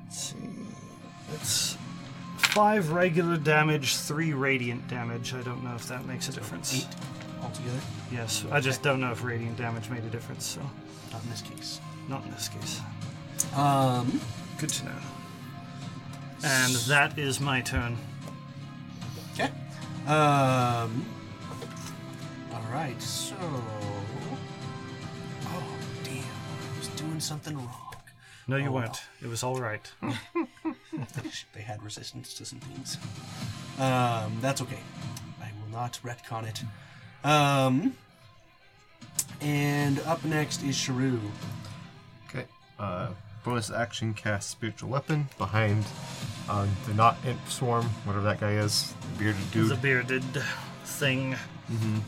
let's see. It's five regular damage, three radiant damage. I don't know if that makes a difference. Eight altogether? Yes, I just don't know if radiant damage made a difference, so. Not in this case. Not in this case. Um, Good to know. And that is my turn. Okay. Um. All right. So. Oh damn! I was doing something wrong. No, you weren't. It was all right. they had resistance to some things. Um, that's okay. I will not retcon it. Um. And up next is Sharu. Okay. Uh, bonus action cast spiritual weapon behind um, the not imp swarm, whatever that guy is, bearded dude. The bearded thing. Mm-hmm.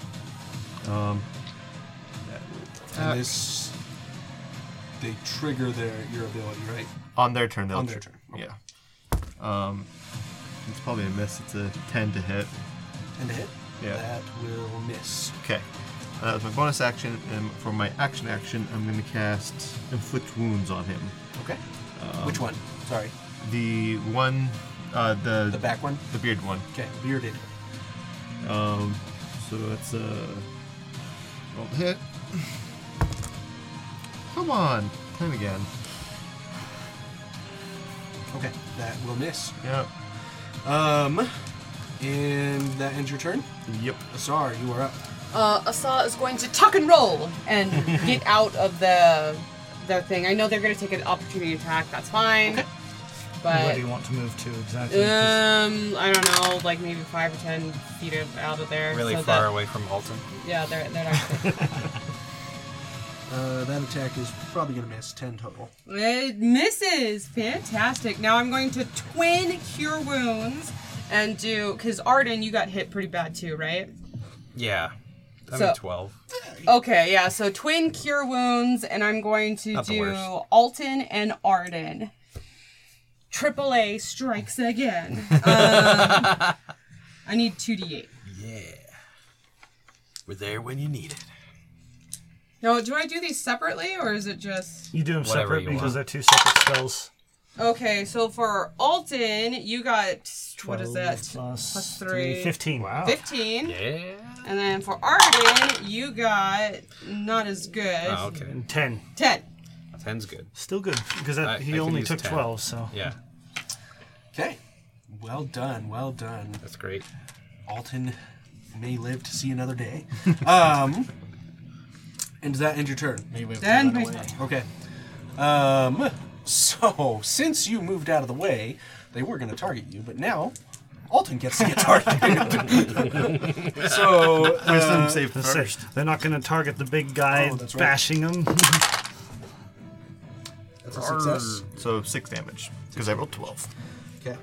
Um, Uh, And this, they trigger their your ability, right? on their turn, they'll On their tr- turn, okay. Yeah. Um, it's probably a miss. It's a ten to hit. And a hit. Yeah. That will miss. Okay. Uh, as my bonus action, and for my action action, I'm going to cast Inflict Wounds on him. Okay. Um, Which one? Sorry. The one, uh, the The back one? the beard one. Okay, bearded. Um, so that's a roll to hit. Come on, ten again. Okay, that will miss. Yeah. Um, and that ends your turn. Yep. Asar, you are up. Uh, Asa is going to tuck and roll and get out of the the thing. I know they're going to take an opportunity attack. That's fine. Where But do you want to move to exactly? 'Cause um, I don't know, like maybe five or ten feet of, out of there. Really so far that- away from Alton. Yeah, they're they're not. Uh, that attack is probably gonna miss ten total. it misses. Fantastic. Now I'm going to twin cure wounds and do because Arden, you got hit pretty bad too, right? Yeah. I'm So- at 12. Okay, yeah. So twin cure wounds, and I'm going to Not the do worst. Alton and Arden. Triple A strikes again. Um, I need two d8. Yeah. We're there when you need it. No, do I do these separately or is it just? You do them Whatever separate you because want. they're two separate spells. Okay, so for Alton, you got what is that? 12 plus plus three, 15. Wow. 15. Yeah. And then for Arden, you got not as good. Oh, okay. And 10. 10. 10's good. Still good because that, I- I he can only use took 10. 12, so. Yeah. Okay. Well done. Well done. That's great. Alton may live to see another day. um, and does that end your turn? May live to That run ends my away. Okay. Um, so since you moved out of the way, they were going to target you, but now Alton gets to get targeted. so uh, Let's see. They're not going to target the big guy Oh, that's right. bashing him. That's a success. So six damage because I rolled twelve. Okay.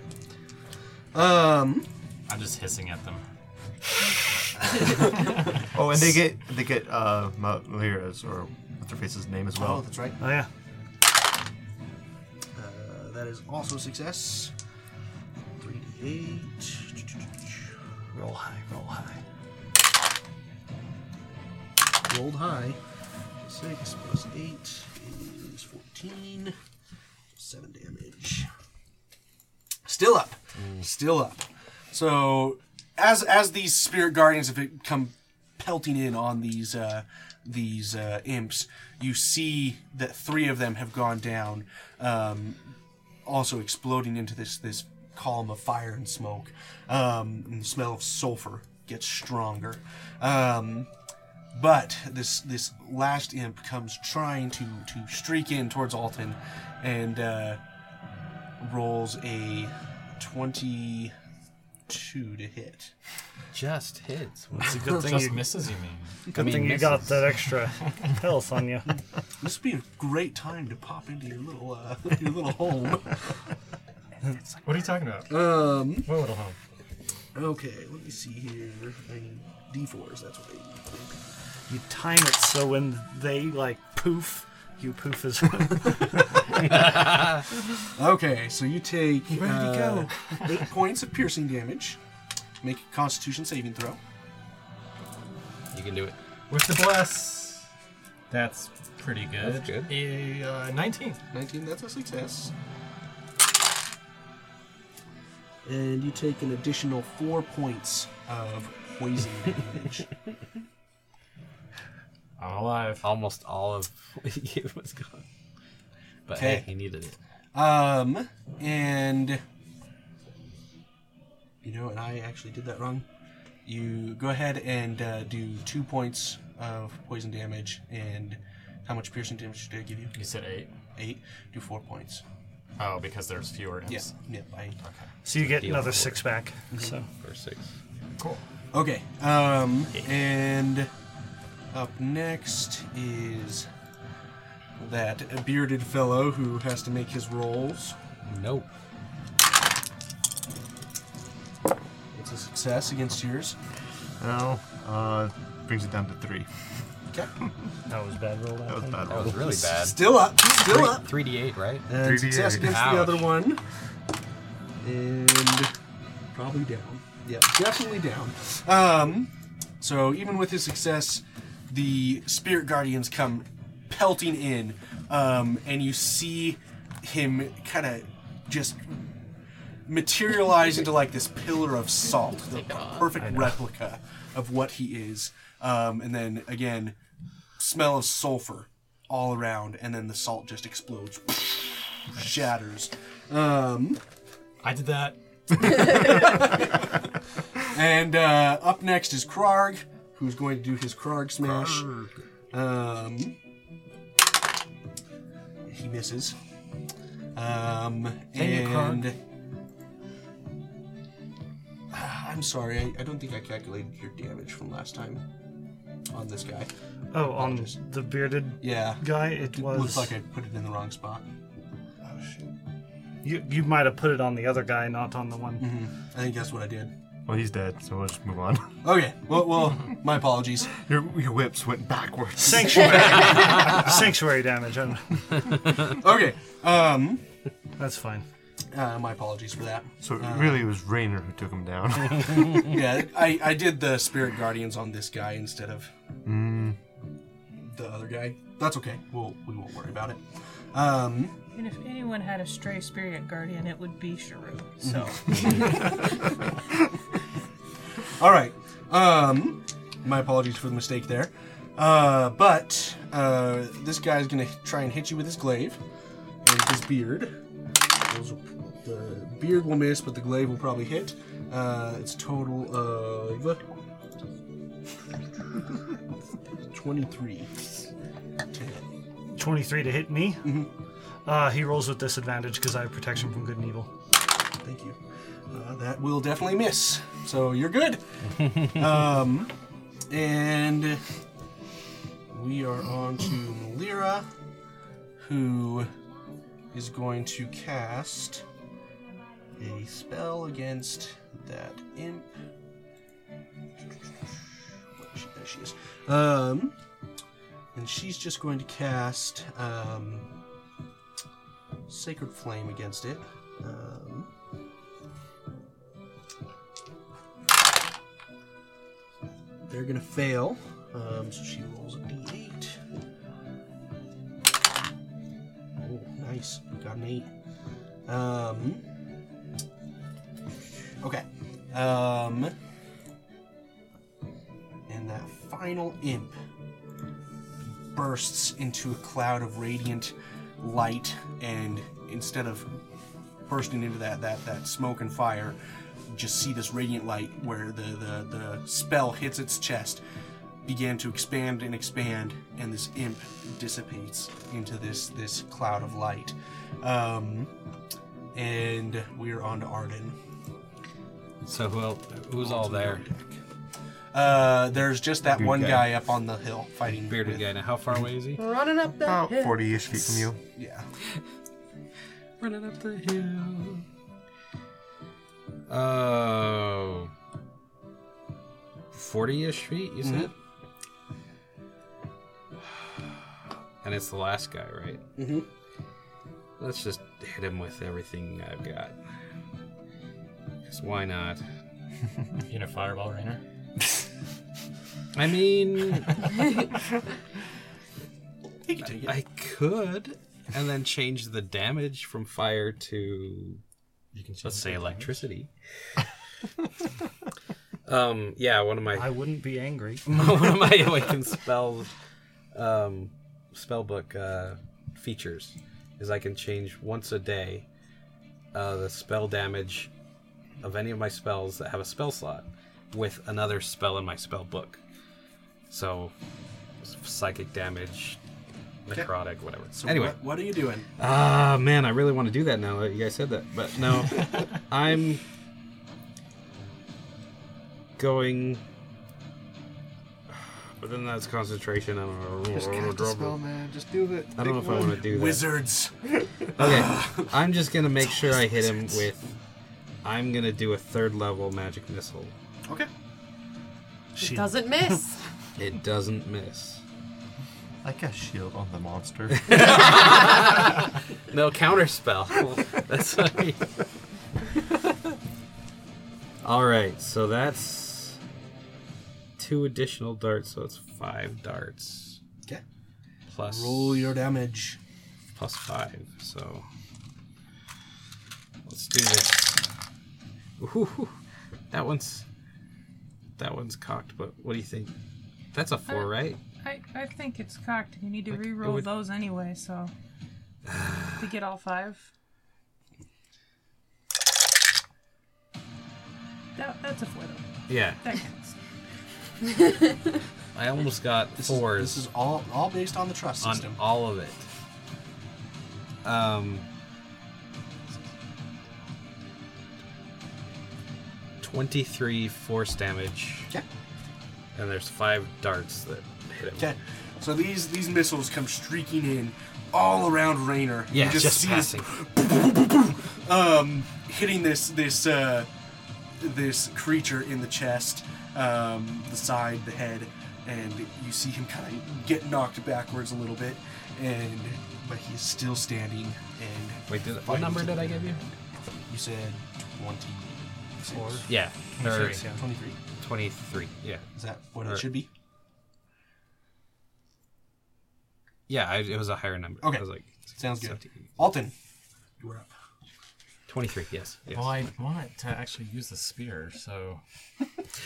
Um. I'm just hissing at them. Oh, and they get they get uh Mount Lyra's or what's her face's name as well. Oh, that's right. Oh yeah. Uh, that is also a success. Three d eight. Roll high, roll high. Rolled high. Six plus eight is fourteen. Seven damage. Still up. Still up. So as as these spirit guardians have come pelting in on these uh, these uh, imps, you see that three of them have gone down, um, also exploding into this this column of fire and smoke. Um, and the smell of sulfur gets stronger. Um, but this this last imp comes trying to to streak in towards Alton, and uh, rolls a twenty-two to hit. Just hits. It's a good thing you I Good mean, thing you got misses. that extra health on you. This would be a great time to pop into your little uh, your little home. What are you talking about? Um. What little home? Okay, let me see here. I need D4s. That's what I need. You time it so when they like poof, you poof as well. okay, so you take Where'd he uh, go? eight points of piercing damage. Make a Constitution saving throw. You can do it. With the bless. That's pretty good. That's good. Eh, uh, 19. 19, that's a success. And you take an additional four points of poison damage. I'm alive. Almost all of you was gone. But hey, Okay. he needed it. Um, and you know, and I actually did that wrong. You go ahead and uh, do two points of poison damage, and how much piercing damage did I give you? You said eight. Eight. Do four points. Oh, because there's fewer imps. Yes. Yep. I, so you get Deal another for it. six back. So Or six. Cool. Okay. Um, and up next is that bearded fellow who has to make his rolls. Nope. It's a success against yours. No, uh, brings it down to three. Okay. that was bad roll. That was bad. That was really bad. Still up. Still Three- up. 3d8, right? And success 3D8. against Ouch. the other one. And probably down. Yeah, definitely down. Um, so even with his success, the spirit guardians come pelting in, um, and you see him kind of just materialize into like this pillar of salt, the perfect replica of what he is. Um, and then again, smell of sulfur all around, and then the salt just explodes, shatters. Um, I did that. and uh, up next is Krarg, who's going to do his Krarg smash. Um, he misses. Um, Dang it, Krarg. and Ah, I'm sorry, I, I don't think I calculated your damage from last time on this guy. Oh, on the bearded Yeah. guy, it was. Oh, Looks like I put it in the wrong spot. You you might have put it on the other guy, not on the one. I think that's what I did. Well, he's dead, so we'll just move on. Okay. Well, well my apologies. Your, your whips went backwards. Sanctuary. Sanctuary damage. I don't- okay. Um, That's fine. Uh, my apologies for that. So it Uh, really was Rainer who took him down. yeah, I, I did the spirit guardians on this guy instead of Mm, the other guy. That's okay. We'll we won't worry about it. Um, And if anyone had a stray spirit guardian, it would be Sharu. So. All right. Um, my apologies for the mistake there. Uh, but uh, this guy's gonna h- try and hit you with his glaive and his beard. Those will- the beard will miss, but the glaive will probably hit. Uh, it's a total of twenty-three. 23 to hit me. Uh, he rolls with disadvantage because I have protection from good and evil. Thank you. Uh, that will definitely miss. So you're good. um, and we are on to Malira, who is going to cast a spell against that imp. Where is she? There she is. Um, and she's just going to cast um, Sacred Flame against it. Um, They're gonna fail. Um, so she rolls a d8. Oh, nice. Got an eight. Um, okay. Um, and that final imp bursts into a cloud of radiant light, and instead of bursting into that that that smoke and fire, you just see this radiant light where the the, the spell hits its chest, began to expand and expand, and this imp dissipates into this this cloud of light. Um, and we are on to Arden. So who else, who's all there? Uh, there's just that Bearded one guy. guy up on the hill fighting. Bearded with- guy. Now, how far away is he? Running up that about hill. 40 ish feet from you. Yeah. Running up the hill. Oh. 40 ish feet, you said? And it's the last guy, right? Mm-hmm. Let's just hit him with everything I've got. Because why not? You know, fireball Rainer. I mean, he could take it. I could, and then change the damage from fire to, let's say, electricity. um, yeah, one of my I wouldn't be angry. one of my awakened spell um, spell book uh, features is I can change once a day uh, the spell damage of any of my spells that have a spell slot with another spell in my spell book. So psychic damage, Okay. necrotic, whatever. So anyway, what, what are you doing? Ah, man, I really want to do that now that you guys said that. But no, I'm going. But then that's concentration. I don't know. Just cast a spell, man. Just do it. I don't know if I want to do that. Wizards. Okay, I'm just gonna make sure I hit him with. I'm gonna do a third level magic missile. Okay. It doesn't miss. It doesn't miss. I cast shield on the monster. No counterspell. That's what I mean. All right, so that's two additional darts, so it's five darts. Okay. Plus Roll your damage. Plus five, so let's do this. Ooh, that one's that one's cocked, but what do you think? That's a four, right? I, I think it's cocked. You need to Like, it re-roll would- those anyway, so to get all five. That, that's a four though. Yeah. That counts. I almost got fours. This is all all based on the trust on system. all of it. Um, twenty-three force damage. Okay. And there's five darts that hit him. Okay. So these these missiles come streaking in all around Rainer. Yeah, You just see this- passing. um, hitting this this uh, this creature in the chest, um, the side, the head, and you see him kind of get knocked backwards a little bit, and but he's still standing. And Wait, did, what fighting number to did the I give you? You said twenty-six. Yeah. or- Twenty-six. Yeah. Twenty-three. Twenty-three. Yeah. Is that what Or- it should be? Yeah, I, it was a higher number. Okay. I was like, Sounds good. 17. Alton. Twenty-three. Yes. yes. Well, I want to actually use the spear, so.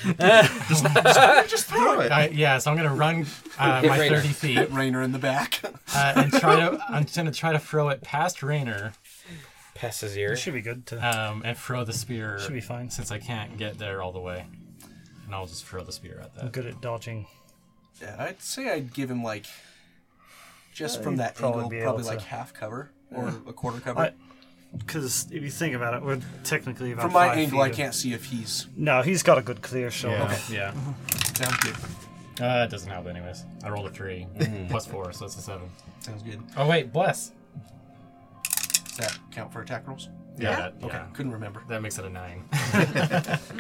Just- just- just throw it. I, yeah, so I'm gonna run uh, Hit my Raynor. 30 feet. Hit Raynor in the back. uh, and try to. I'm just gonna try to throw it past Raynor. Past his ear. Should be good to. Um, and throw the spear. Should be fine. since I can't get there all the way. And I'll just throw the spear at that. I'm good at dodging. Yeah, I'd say I'd give him like just from that angle, probably like half cover or a quarter cover. Because if you think about it, we're technically about From my five angle, I feet of- can't see if he's. No, he's got a good clear shot. Yeah. Okay. Yeah. Sounds good. Uh, it doesn't help anyways. I rolled a three plus four, so it's a seven. Sounds good. Oh wait, bless. Does that count for attack rolls? Yeah. that- Okay. yeah. Couldn't remember. That makes it a nine.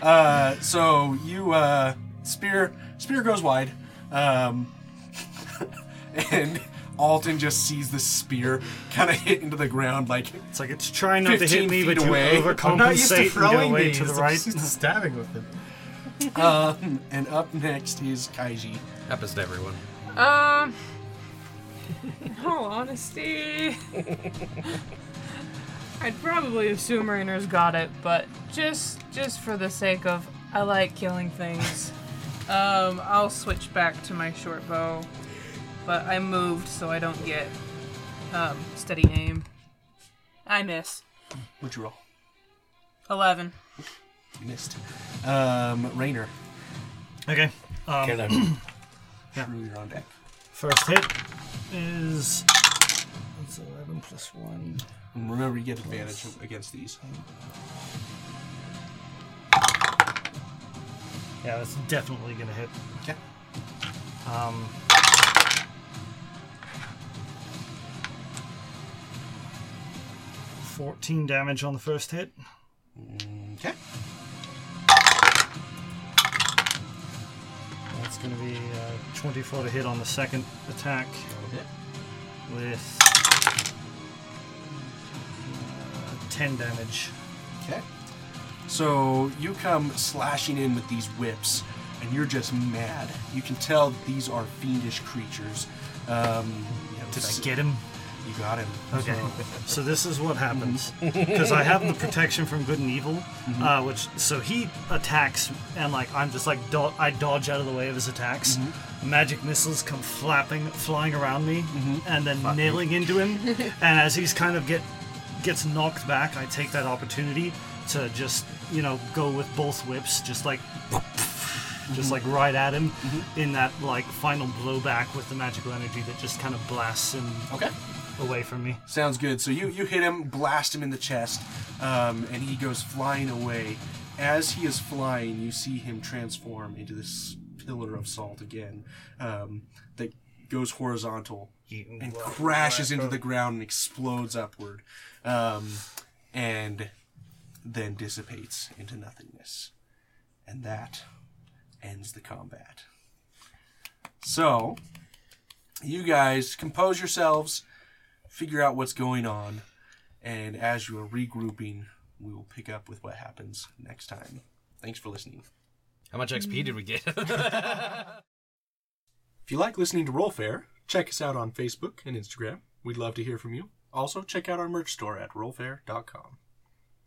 uh, so you uh, spear spear goes wide, um, and Alton just sees the spear kind of hit into the ground like it's like it's trying not to hit me, but you away. overcompensate not used to and go throwing away to these. the I'm right. used to stabbing with it. um, and up next is Kaiji. Happens to everyone. Um. In all honesty, I'd probably assume Rainer's got it, but just just for the sake of, I like killing things. um, I'll switch back to my short bow, but I moved so I don't get um steady aim. I miss What'd you roll? eleven. You missed. Um, Rainer. Okay. Um, Kill him. Shrew, you're on deck. First hit is. It's 11 plus 1. And remember, you get advantage against these. Yeah, that's definitely going to hit. Okay. Um. Fourteen damage on the first hit. Okay. That's going to be uh, twenty-four to hit on the second attack. With uh, ten damage. Okay. So you come slashing in with these whips, and you're just mad. You can tell these are fiendish creatures. Um, Did I get him? You got him. Okay. so this is what happens because I have the protection from good and evil, uh, which so he attacks and like I'm just like do- I dodge out of the way of his attacks. Magic missiles come flapping, flying around me, and then nailing into him. and as he's kind of get gets knocked back, I take that opportunity to just you know go with both whips, just like. Just like right at him in that like final blowback with the magical energy that just kind of blasts him okay. away from me. Sounds good. So you, you hit him, blast him in the chest, um, and he goes flying away. As he is flying, you see him transform into this pillar of salt again um, that goes horizontal and crashes into the ground and explodes upward um, and then dissipates into nothingness. And that ends the combat. So, you guys compose yourselves, figure out what's going on, and as you are regrouping, we will pick up with what happens next time. Thank Thanks for listening. How much XP did we get? If you like listening to Rollfair, check us out on Facebook and Instagram. We'd love to hear from you. Also, check out our merch store at rollfair.com.